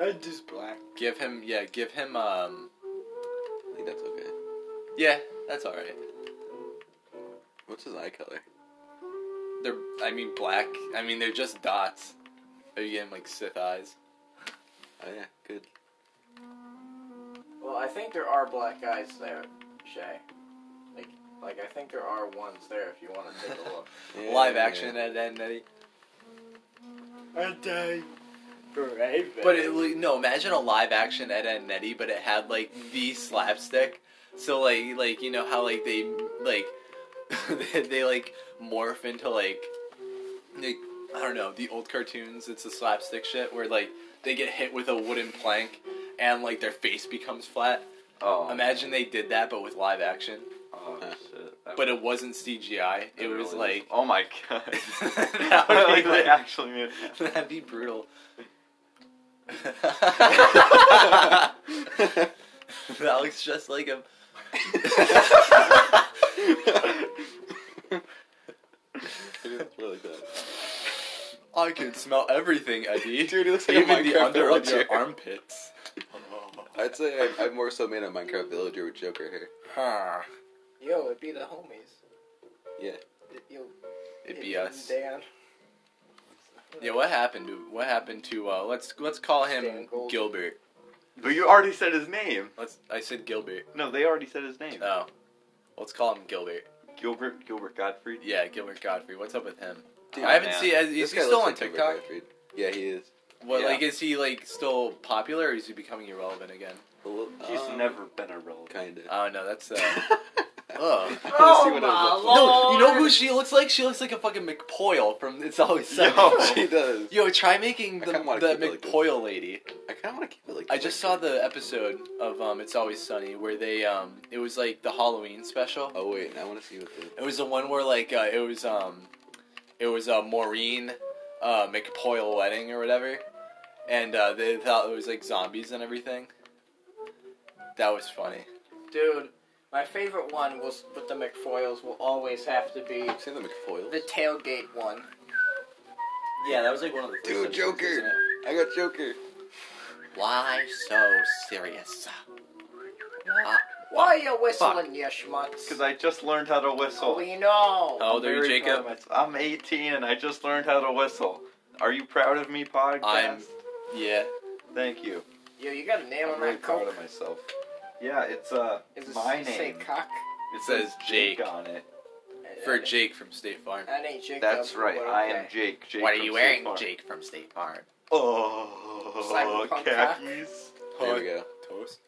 I'm just black. Give him, yeah, give him. Um, I think that's okay. yeah, that's all right. What's his eye color? They're, I mean, black. I mean, they're just dots. Are you getting like Sith eyes? Oh yeah, good. Well, I think there are black eyes there, Shay. Like, like I think there are ones there if you want to take a look. Live action and and Eddie. I die. Right, But it, like, no, imagine a live action Ed and Nettie, but it had like the slapstick. So like, like you know how like they like they, they like morph into like like I don't know the old cartoons. It's the slapstick shit where like they get hit with a wooden plank and like their face becomes flat. Oh. Imagine they did that, but with live action. Oh, shit. That But it wasn't CGI. It really was is- like Oh my god. That would like be they like- actually made. that'd be brutal. that looks just like him. Dude, it's really good. I can smell everything, Eddie. Dude, it looks like a Even the Minecraft under of villager. your armpits. I'd say I've, I've more so made a Minecraft villager with Joker hair. Huh. Yo, it'd be the homies. Yeah. Yo, It'd be us. Dan. Yeah, what happened? to- What happened to uh? Let's let's call Stan him Gold. Gilbert. But you already said his name. Let's. I said Gilbert. No, they already said his name. Oh, let's call him Gilbert. Gilbert Gilbert Godfrey. Yeah, Gilbert Godfrey. What's up with him? Dude, I haven't man. seen. Is This he guy still looks on like Joker TikTok? Godfrey. Yeah, he is. What Yeah. like is he like still popular or is he becoming irrelevant again? A little- He's uh, um, never been irrelevant. Kinda. Oh no, that's uh I Ugh. wanna see Oh what it my looks like. No, you know who Lord. she looks like? She looks like a fucking McPoyle from It's Always Sunny. Yo. She does. Yo, try making I the, kinda wanna the keep it like this. McPoyle lady. I kind of want to keep it like. I just saw the episode of um It's Always Sunny where they um it was like the Halloween special. Oh wait, I want to see what the. It was the one where like uh, it was um it was uh, Maureen uh McPoyle wedding or whatever. And uh, they thought it was like zombies and everything. That was funny. Dude, my favorite one was with the McFoyles will always have to be I've seen the McFoyles. the tailgate one. Yeah, that was like one of the Dude, episodes, Joker! isn't it? I got Joker. Why so serious? Ah, Why are you whistling, you schmutz? Because I Oh. just learned how to whistle. we know. How old are Oh, you, Very proud Jacob? of myself. I'm 18 and I just learned how to whistle. Are you proud of me, podcast? I'm- Yeah. Thank you. Yo, you got a name I'm on really that proud coke? of myself. Yeah, it's uh, Is it my say name. cock? It says Jake. on it. For Jake from State Farm. That ain't Jacob. That's right. but I okay. am Jake. Uh, Jake what are from you State wearing, Farm. Jake from State Farm? Oh, Cyberpunk khakis. There we go. Toast.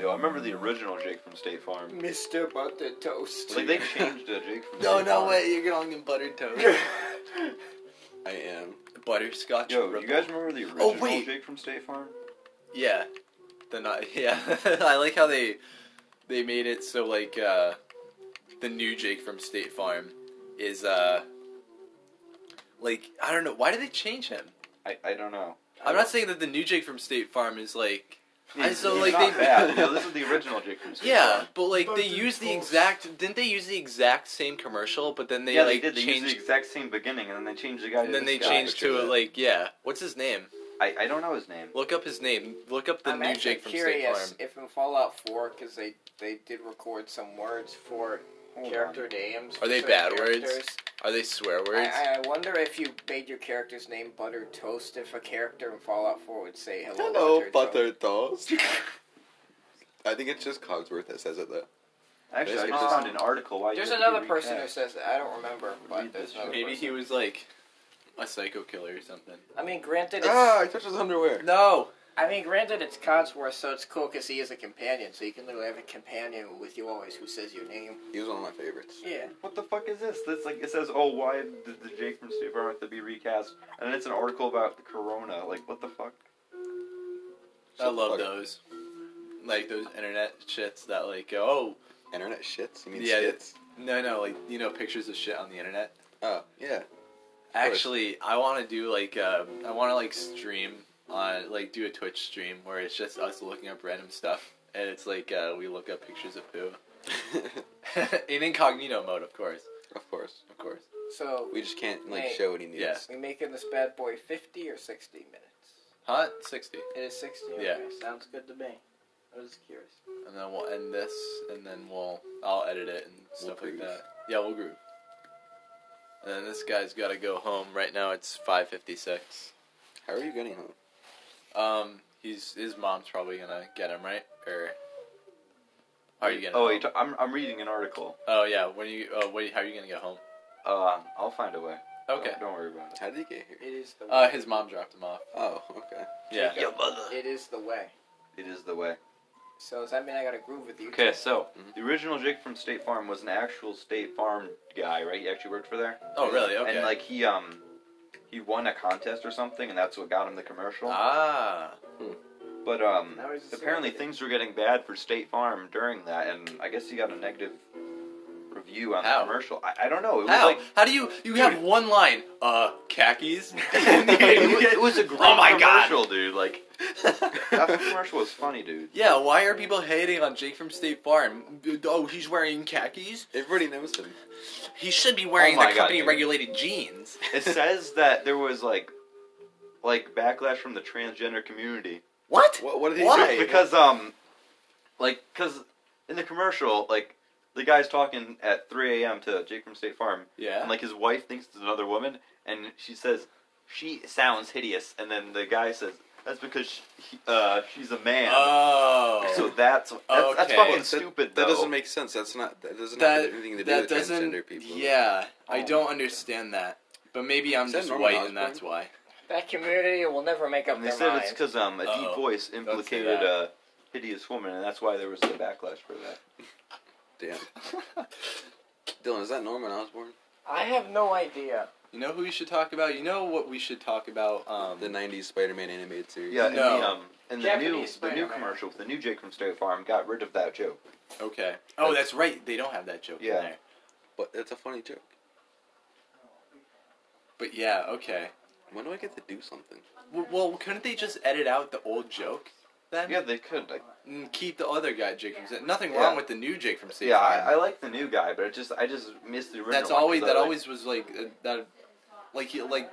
Yo, I remember the original Jake from State Farm. Mr. Butter Toast. Like they changed the Jake from No, no State Farm. way. You're going in buttered toast. I am. Butterscotch. Yo, do ripple. you guys remember the original Oh, wait. Jake from State Farm? Yeah. The not. Yeah. I like how they they made it so like uh the new Jake from State Farm is uh like I don't know why did they change him? I, I don't know. I'm not saying that the new Jake from State Farm is like I- so, like, He's not they- bad. No, this is the original Jake from State yeah, Farm. but like they Buttons used the false. exact didn't they use the exact same commercial? But then they yeah, like they did. They used changed the exact same beginning, and then they changed the guy. and to then they this guy. changed Picture to that. like yeah what's his name? I, I don't know his name. Look up his name. Look up the I'm new actually Jake from curious State Farm. if in Fallout 4, because they, they did record some words for Hold character names. Are they for bad words? characters. Are they swear words? I, I wonder if you made your character's name Butter Toast, if a character in Fallout 4 would say hello, Toast. toast. I think it's just Cogsworth that says it though. on. Actually, I Um, just found an article. Why you There's had to another be person who recast. says that. I don't remember, but Read there's this another Maybe person. he was like a psycho killer or something. I mean, granted, it's, Ah, I touched his underwear. No. I mean, granted, it's Codsworth, so it's cool because he is a companion, so you can literally have a companion with you always who says your name. He was one of my favorites. Yeah. What the fuck is this? This like it says, oh, why did the Jake from State Farm have to be recast? And then it's an article about the corona. Like, what the fuck? I love Fuck. those. Like those internet shits that like go, oh Internet shits. You mean Yeah, shits? no no like you know pictures of shit on the internet. Oh yeah. course. Actually, I want to do like uh, I want to like stream on like do a Twitch stream where it's just us looking up random stuff, and it's like uh, we look up pictures of poo in incognito mode, of course, of course. of course. So, We just can't like Hey. show any news. Yeah. we making this bad boy 50 or 60 minutes? Huh? Sixty, It is 60? Okay, Yeah. Sounds good to me. I was curious. and then we'll end this, and then we'll I'll edit it and stuff like groove. that. Yeah, we'll groove. And then this guy's got to go home right now. It's five fifty six. How are you getting home? Um, he's his mom's probably gonna get him right, or how are you gonna? Oh wait, I'm I'm reading an article. Oh yeah, when you uh, wait, how are you gonna get home? Uh, I'll find a way. Okay. Don't, don't worry about it. How did he get here? It is the way. Uh, his mom dropped him off. Oh, okay. Yeah. Jacob, It is the way. It is the way. Mm-hmm. So, does that mean I gotta groove with you? Okay, so Mhm. the original Jake from State Farm was an actual State Farm guy, right? He actually worked for there. Oh really? Okay. And like he um Ah. he won a contest or something, and that's what got him the commercial. ah. But But um, Now he's a apparently celebrity. things were getting bad for State Farm during that, and I guess he got a negative review on How? the commercial. I, I don't know. It was How? like How do you? You have one line. Uh, khakis. it, was, it was a great Oh my God. commercial, dude. Like that commercial was funny, dude. yeah. Why are people hating on Jake from State Farm? Oh, he's wearing khakis. Everybody knows him. He should be wearing Oh my the God, company dude. regulated jeans. It says that there was like like backlash from the transgender community What? What, what did he Why? do? because um like because in the commercial like the guy's talking at 3 a.m. to Jake from State Farm Yeah. And like his wife thinks it's another woman, and she says she sounds hideous, and then the guy says that's because she, he- uh, she's a man. Oh. so that's that's, that's Okay. fucking That- stupid. That though. doesn't make sense. That's not. That doesn't have anything to do with transgender people. Yeah, I Oh. don't understand that. But maybe I'm Is that just Norman white, Osborn? and that's why. That community will never make up And they their said mind. it's because um, a deep Uh-oh. voice Oh. say implicated that. a hideous woman, and that's why there was a backlash for that. Damn. Dylan, is that Norman Osborn? I have no idea. You know who we should talk about? You know what we should talk about? Um, the '90s Spider-Man animated series. Yeah, and No. the um, and the new Japanese the new Spider-Man. commercial with the new Jake from State Farm got rid of that joke. okay. Oh, that's right. They don't have that joke Yeah. in there. But that's a funny joke. But yeah, okay. When do I get to do something? Well, well couldn't they just edit out the old joke then? Yeah, they could. Like, And keep the other guy, Jake from State. Nothing wrong Yeah. with the new Jake from State yeah, Farm. I, I like the new guy, but it just I just missed the original. that's one 'cause always I, that like- always was like uh, that, like he- like,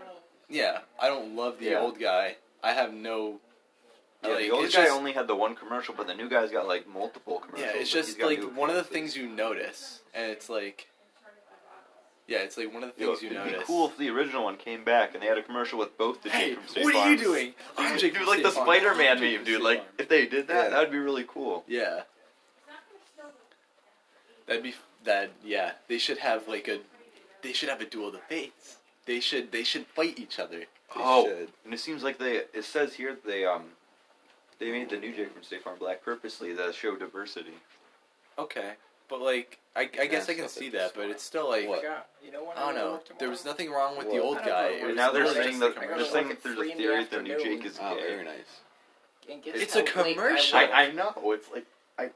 yeah. I don't love the Yeah. old guy. I have no. Yeah, like, the old guy it's just- only had the one commercial, but the new guy's got like multiple commercials. Yeah, it's Like, just he's got like new one of the appearances. things you notice, and it's like, yeah, it's like one of the Yo, things you it'd notice. be cool if the original one came back and they had a commercial with both the Hey, Jake from State what are you Farms. doing? I'm Jake dude, from like the State Farm. Spider-Man I'm Jake meme, from dude. State Like Farm. if they did that, Yeah. that would be really cool. yeah, that'd be that. Yeah, they should have like a, they should have a duel of the fates. They should they should fight each other. They oh, should. and it seems like they. It says here that they um, they made the new Jake from State Farm black purposely to show diversity. Okay, but like I, I guess I can something see that, but it's still like. What? You know what? I don't know. There was nothing wrong with the What? old I don't guy. know. It Right was now they're more saying just "Oh, that the I gotta they're commercial. saying look at that there's three a in the theory the new afternoon. Jake is Oh, very gay. nice. It's a commercial. I, I know. It's like I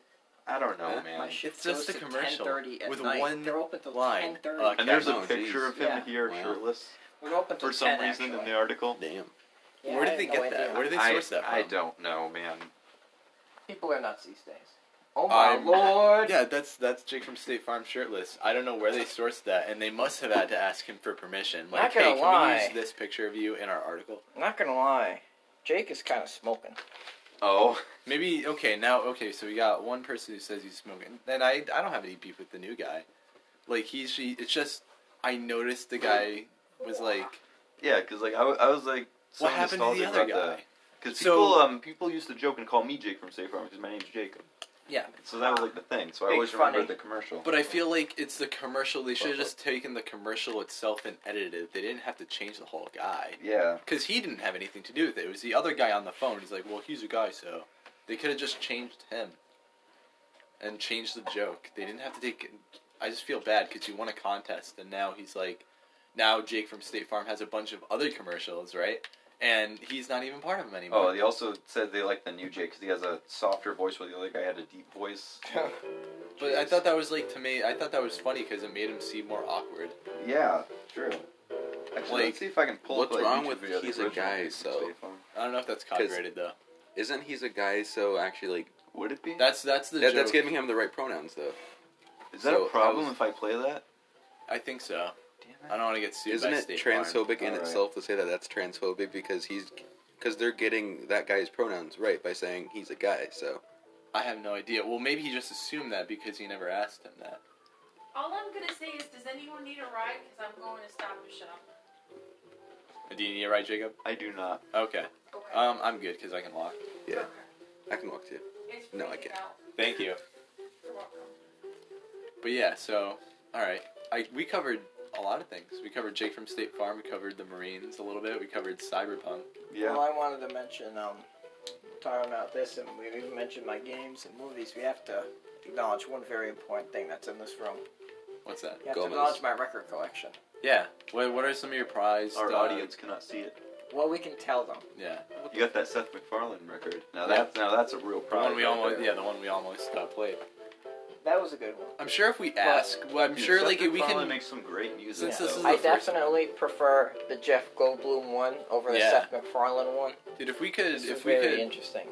I don't know, Huh? man. It's just a commercial with one They're open till line. 10:30. Uh, And there's a Oh, geez. picture of him Yeah. here Wow. shirtless We're open till for some 10, reason in actually. the article. Damn. Yeah, Where I did had they no get that? idea. Where did they I, source that from? I don't know, man. People are nuts these days. Oh my I'm- lord! Yeah, that's that's Jake from State Farm shirtless. I don't know where they sourced that, and they must have had to ask him for permission. Like, Not gonna hey, can lie. we use this picture of you in our article? Not gonna lie, Jake is kind of smoking. Oh, Maybe okay now. Okay, so we got one person who says he's smoking, and I I don't have any beef with the new guy. Like he's she. It's just I noticed the guy was like, yeah, because like I, wa- I was like, so what happened to the other guy? Because So- people um people used to joke and call me Jake from Safe Farm because my name's Jacob. Yeah. So that was like the thing. So I Big always funny. remembered the commercial. But I feel like it's the commercial. They should have just taken the commercial itself and edited it. They didn't have to change the whole guy. yeah, Because he didn't have anything to do with it. It was the other guy on the phone. He's like, well, he's a guy, so. They could have just changed him and changed the joke. They didn't have to take. I just feel bad because you won a contest, and now he's like. Now Jake from State Farm has a bunch of other commercials, right? And he's not even part of them Oh, anymore. they also said they liked the new Jake because he has a softer voice, while the other guy had a deep voice. Oh, but I thought that was like to me. I thought that was funny because it made him seem more awkward. Yeah, true. Like, Actually, let's see if I can pull. what's up, like, wrong YouTube with video of the he's a original guy, Jake from so- State Farm. I don't know if that's copyrighted though. Isn't he's a guy? So actually, like Would it be? That's that's the that, joke. that's giving him the right pronouns though. Is that so um, a I problem was- if I play that? I think so. I Damn it. don't want to get sued Isn't by it State Farm. transphobic in Alright. itself to say that that's transphobic because he's because they're getting that guy's pronouns right by saying he's a guy. So I have no idea. Well, maybe he just assumed that because he never asked him that. All I'm gonna say is, does anyone need a ride? Because I'm going to Stop and Shop. Do you need a ride, Jacob? I do not. Okay. Okay. Um, I'm good because I can walk. Uh, yeah, I can walk too. It's no, I freezing can't. out. Thank you. You're welcome. But yeah, so all right, I we covered a lot of things. We covered Jake from State Farm. We covered the Marines a little bit. We covered cyberpunk. Yeah. Well, I wanted to mention, um, talking about this, and we've even mentioned my games and movies. We have to acknowledge one very important thing that's in this room. What's that? We have Gomez. to acknowledge my record collection. Yeah. What What are some of your prize? Our uh, audience cannot see it. Well, we can tell them. Yeah. You got that Seth MacFarlane record. Now that's now that's a real The problem. one we almost yeah, the one we almost uh, played. That was a good one. I'm sure if we ask, well, I'm sure like we can. make some great music. Since this though. is- I the first definitely prefer the Jeff Goldblum one over the Yeah. Seth MacFarlane one. Dude, if we could, It's if we very could, interesting.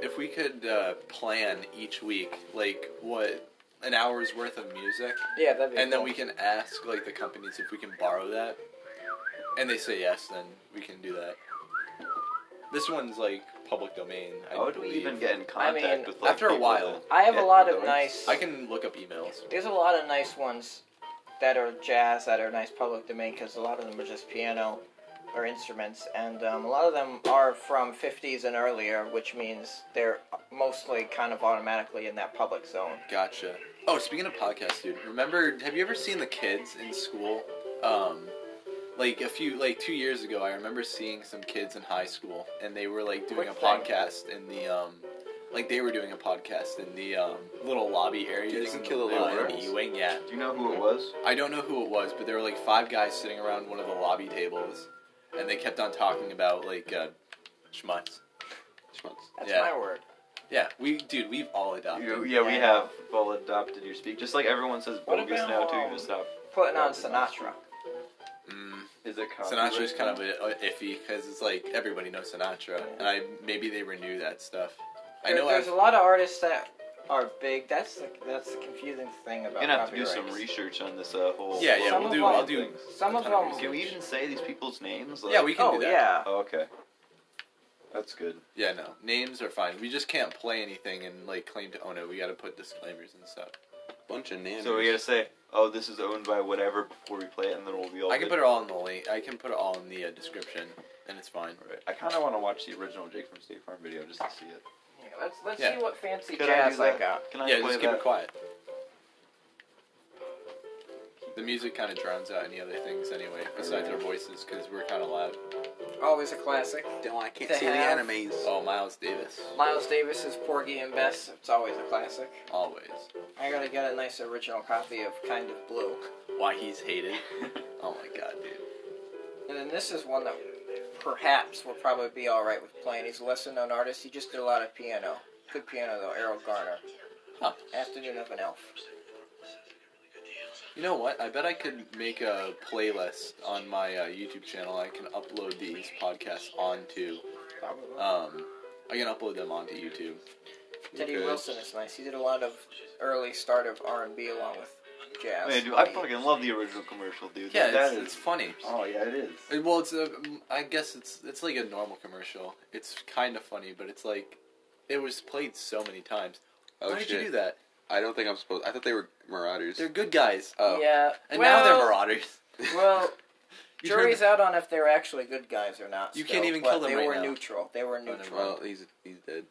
if we could uh, plan each week, like what an hour's worth of music, Yeah, that'd be and then cool. we can ask like the companies if we can borrow that, and they say yes, then we can do that. This one's like public domain. I How would we believe. even get in contact mean, with like after a people while. that- I have Yeah, a lot of those. nice. I can look up emails. There's a lot of nice ones that are jazz, that are nice public domain, because a lot of them are just piano or instruments, and um, a lot of them are from 50s and earlier, which means they're mostly kind of automatically in that public zone. Gotcha. Oh, speaking of podcasts, dude, remember? Have you ever seen the kids in school? Um, like a few, like two years ago, I remember seeing some kids in high school, and they were like doing Which a thing? podcast in the um, like they were doing a podcast in the um little lobby areas. Kids in Can Kill the uh, Little in Worms? the wing, yeah. Do you know who it was? I don't know who it was, but there were like five guys sitting around one of the lobby tables, and they kept on talking about like uh, schmutz. That's Yeah. my word. Yeah, we, dude, we've all adopted. You, yeah, we Yeah. have all adopted your speak. Just like everyone says What bogus about, now too. You um, just stop. Putting on Yeah, Sinatra. Mm. Is it copyright? Sinatra's kind of a, a iffy because it's like everybody knows Sinatra, and I maybe they renew that stuff. I There- know there's I've, a lot of artists that are big. That's the, that's the confusing thing about You're gonna have to do copyrights. some research on this uh, whole. Yeah, yeah, Some we'll of do. my I'll do. Some of a ton them- Can we research. even say these people's names? Like- Yeah, we can oh do that. yeah. Oh, okay, that's good. Yeah, no names are fine. We just can't play anything and like claim to own it. We got to put disclaimers and stuff. Bunch of names. So we gotta say, oh, this is owned by whatever before we play it, and then we'll be all. I can good. put it all in the link. I can put it all in the uh, description, and it's fine. Right. I kind of want to watch the original Jake from State Farm video just to see it. Yeah, let's let's Yeah. see what fancy Could I jazz do I, that? got. Can I yeah, play just keep that? it quiet. The music kind of drowns out any other things anyway, besides our voices, because we're kind of loud. Always a classic. No, I can't To see have- the animes. Oh, Miles Davis, Miles Davis's Porgy and Bess. It's always a classic. always. I gotta get a nice original copy of Kind of Blue. Why he's hated? Oh my god, dude. And then this is one that perhaps will probably be all right with playing. He's a lesser known artist. He just did a lot of piano. Good piano though. Errol Garner. Huh. Afternoon of an Elf. You know what? I bet I could make a playlist on my uh, YouTube channel. I can upload these podcasts onto. Probably. Um, I can upload them onto YouTube. Teddy Okay. Wilson is nice. He did a lot of early start of R and B along with jazz. Man, dude, I fucking love the original commercial, dude. Yeah, that it's, is- it's funny. Oh yeah, it is. Uh, Well, it's a, I guess it's it's like a normal commercial. It's kind of funny, but it's like it was played so many times. Oh, Why did shit. you do that? I don't think I'm supposed. I thought they were marauders. They're good guys, Uh, oh. Yeah. and well, now they're marauders. Well, You heard jury's out on if they're actually good guys or not. You still, can't even but kill them They right were now. neutral. They were never neutral. Well, he's he's dead.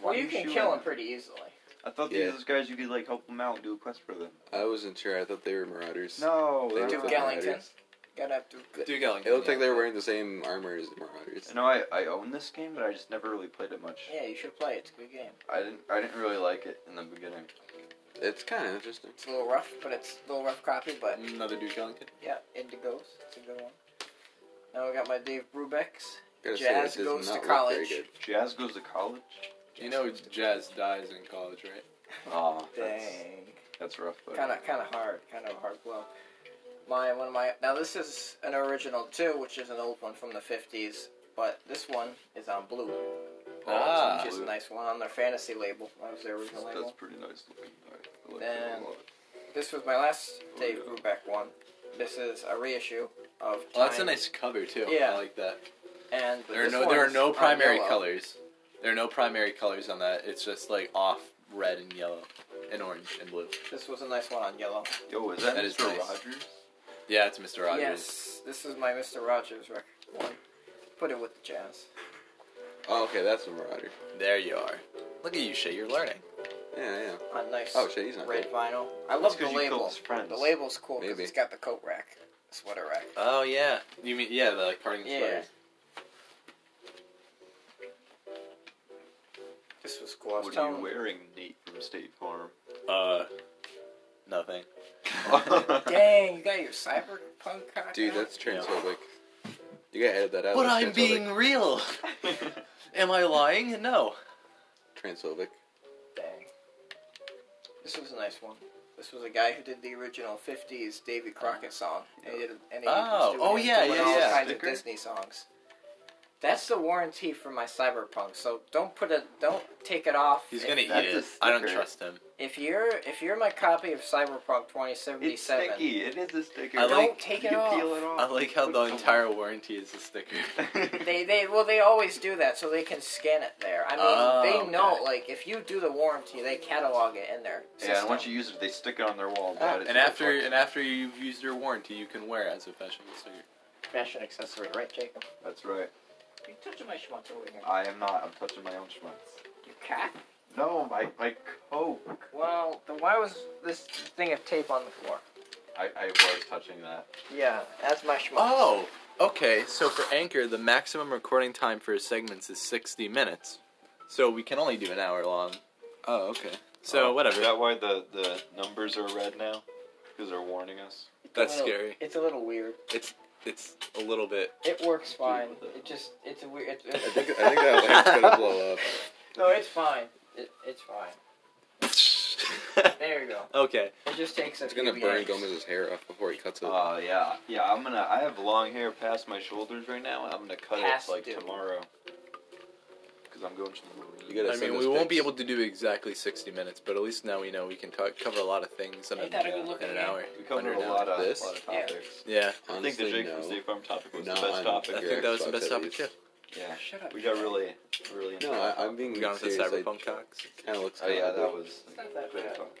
Well, Why you didn't can kill ask? them pretty easily. I thought Yeah. these guys you could like help them out, do a quest for them. I wasn't sure. I thought they were marauders. No, They they're Duke looked not. like Ellington. marauders. Gotta have to. Dude, go. It looked like they were wearing the same armor as the marauders. You know, I, I own this game, but I just never really played it much. Yeah, you should play. it. It's a good game. I didn't I didn't really like it in the beginning. It's kind of interesting. It's a little rough, but it's a little rough copy. But another Duke Ellington. yeah, Indigo's. It's a good one. Now we got my Dave Brubeck's. Gotta say, Jazz it does goes not to look college. Very good. Jazz goes to college. You know, Jazz dies in college, right? Aw, that's Dang. Ah, that's rough. But Kind of, kind of hard. Kind of a hard blow. My one of my. Now this is an original too, which is an old one from the fifties. But this one is on blue, Ah. which is a nice one on their fantasy label. That was their original that's, label. that's pretty nice looking. I like Then- it a lot. This was my last Dave Brubeck one. This is a reissue of. Oh, that's a Time, nice cover too. Yeah. I like that. And but There are this no there are one's no on primary yellow. colors. There are no primary colors on that. It's just like off red and yellow and orange and blue. This was a nice one on yellow. Yo, is that, That Mr. is nice. Rogers? Yeah, it's Mr. Rogers. Yes, this is my Mr. Rogers record one. Put it with the jazz. Oh, okay, that's a marauder. There you are. Look at you, Shay. You're learning. Yeah, yeah. On nice Oh shit, he's not red dead. vinyl. I love the That's 'cause you killed label. his friends. The label's cool because Maybe. it's got the coat rack, sweater rack. Oh yeah. You mean yeah, the like parting the Yeah. sweaters. This was cool. I was What are telling you wearing, Nate from State Farm? Uh, nothing. Dang, you got your cyberpunk cock Dude, out? that's transphobic. You gotta edit that out. But That's I'm being real. Am I lying? No. transphobic. Dang. This was a nice one. This was a guy who did the original '50s Davy Crockett song. And he did, and he Oh, was doing oh, it- yeah, doing yeah, all yeah. kinds Sticker? of Disney songs. That's the warranty for my Cyberpunk. So don't put a don't take it off. He's If- gonna eat That's it. a I don't sticker. trust him. If you're if you're my copy of Cyberpunk It's 2077, sticky. It is a sticker. I don't like- take you it can off. peel it I off. like how the entire warranty is a sticker. They they well they always do that so they can scan it there. I mean Oh, they know okay. like if you do the warranty they catalog it in there. yeah, and once you use it, they Oh. stick it on their wall. That is and after fucking- and after you've used your warranty, you can wear it as a fashion sticker. fashion accessory, right, Jacob? That's right. You touching my schmucks over here? I am not. I'm touching my own schmutz. You cat? No, my my coat. Well, then why was this thing of tape on the floor? I, I was touching that. Yeah, that's my schmuck. Oh, okay. So for Anchor, the maximum recording time for his segments is 60 minutes. So we can only do an hour long. Oh, okay. So Oh, whatever. Is that why the the numbers are red now? Because they're warning us. That's scary. It's a little weird. It's a little bit. It works fine. with it. It just it's a weird. It, I think I think that light's gonna blow up. no, it's fine. It, it's fine. There you go. okay. It just takes. a It's gonna few burn yanks. Gomez's hair off before he cuts it. Uh, yeah, yeah. I'm gonna. I have long hair past my shoulders right now. I'm gonna cut Past it like due. tomorrow. Because I'm going to the You Marine. gotta I send mean, us we won't be pics. able to do exactly 60 minutes, but at least now we know we can talk, cover a lot of things in, a, Ain't that a good looking in an man? hour. We covered Under a now. lot of, This? lot of Yeah. topics. Yeah. I think the Honestly, Jake no. from State Farm topic was Not the best on I topic. your think that was the Xbox, best at topic least. yet. Yeah, Shut up. we got really, really. No, I, I'm being We got into serious. I- cyberpunk cocks. Kind of looks. oh yeah, kinda that good. was. It's not that great bad. talk.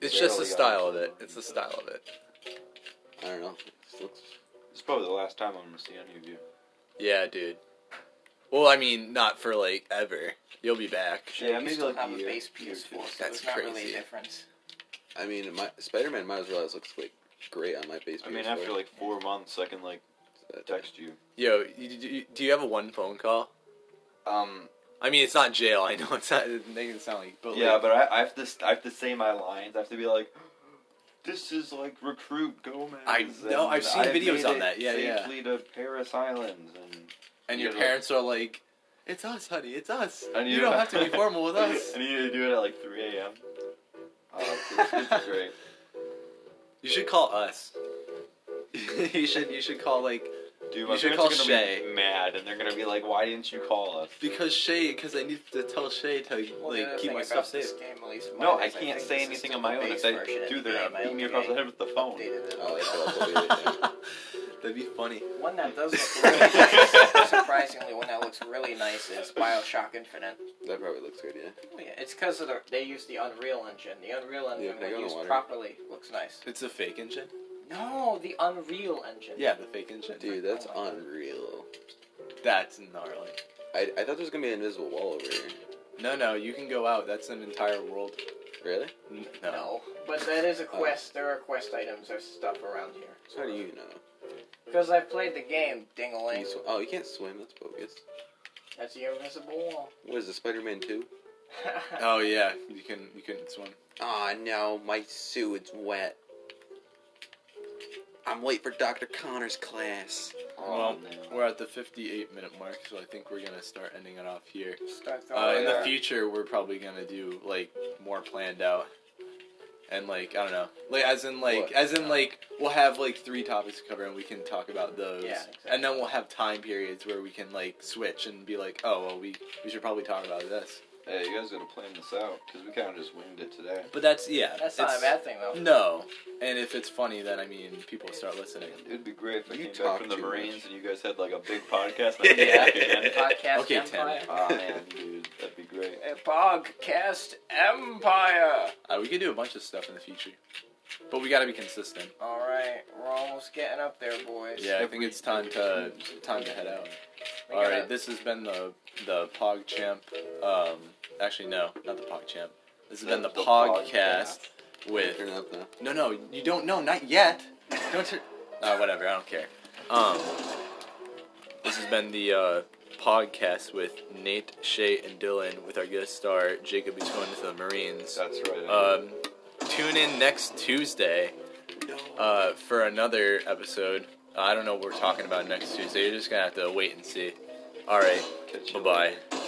It's just the Barely got style of into it. It's the style of it. I don't know. It looks It's probably the last time I'm gonna see any of you. Yeah, dude. Well, I mean, not for like ever. You'll be back. Yeah, You maybe still like a have a year, base year or two. PS4, so That's there's not really crazy. a difference. I mean, my Spider-Man might as well as looks like great on my face. I mean, after like four months, I can like text you. Yo, you, you, do you have a one phone call? Um. I mean, it's not jail. I know it's not. It makes it sound like. But Yeah, like, but I, I have to I have to say my lines. I have to be like, this is like recruit Gomez. I know, and I've seen videos made on it that, yeah, yeah. safely to Paris Islands and. and your Yeah, parents are like, "It's us, honey. It's us. I need You don't have to be formal with us. I need you to do it at like 3 a.m. Oh, it's, it's great. You should call us. you should. You should call like Dude, my You should parents call are gonna Shay. be mad, and they're gonna be like, "Why didn't you call us?" because Shay because I need to tell Shay to Well, the like other keep thing my about stuff this safe. game, at least mine, No, I is think can't say this is anything still on my the own. base If they version of do, the they're game. I gonna beat me don't across the think head with the phone. they updated it Oh, all. that's what I'll probably do, yeah. That'd be funny. One that does look really nice, surprisingly, one that looks really nice is Bioshock Infinite. that probably looks good. Yeah. Oh, yeah, It's because the, they use the Unreal Engine. The Unreal Engine, they go when in used water. properly, looks nice. It's a fake engine. No, the Unreal Engine. Yeah, the fake engine. Dude, that's unreal. that's gnarly. I, I thought there was gonna be an invisible wall over here. No, no, you can go out. That's an entire world. Really? N- No. No. But that is a quest. There are quest items. There's stuff around here. So how do you know? Because I've played the game, Ding-a-ling. You sw- oh, you can't swim. That's bogus. That's the invisible wall. What is this, Spider-Man Two? Oh yeah, you can. You can swim. Ah, no, my suit's wet. I'm late for Dr. Connor's class. Well, no. We're at the 58 minute mark, so I think we're gonna start ending it off here. Start throwing Uh, in the yeah. future, we're probably gonna do like more planned out, and like I don't know, like as in like What? as in like we'll have like three topics to cover, and we can talk about those. Yeah, exactly. And then we'll have time periods where we can like switch and be like, oh well, we we should probably talk about this. Hey, you guys gotta plan this out because we kind of just winged it today. But that's yeah, That's not a it's- bad thing, though. No, and if it's funny, then I mean people start listening. It'd be great if I You came talk back from the too Marines much. and you guys had like a big podcast. And Yeah. yeah. Again. Podcast Okay, Empire. Oh man, dude, that'd be great. A podcast empire. Uh, we can do a bunch of stuff in the future, but we got to be consistent. All right, we're almost getting up there, boys. Yeah, I think it's time to time to head out. We All gotta- right, this has been the the Pog Champ. Um, actually, no, not the Pog Champ. This has been the The Pogcast podcast. with Turn it up now. no, no, you don't know, not yet. Don't turn. Uh, whatever, I don't care. Um, this has been the uh, podcast with Nate, Shay, and Dylan with our guest star Jacob. He's going to the Marines. That's right. Um, tune in next Tuesday uh, for uh, another episode. I don't know what we're talking about next Tuesday. You're just gonna have to wait and see. All right. Catch you Bye bye.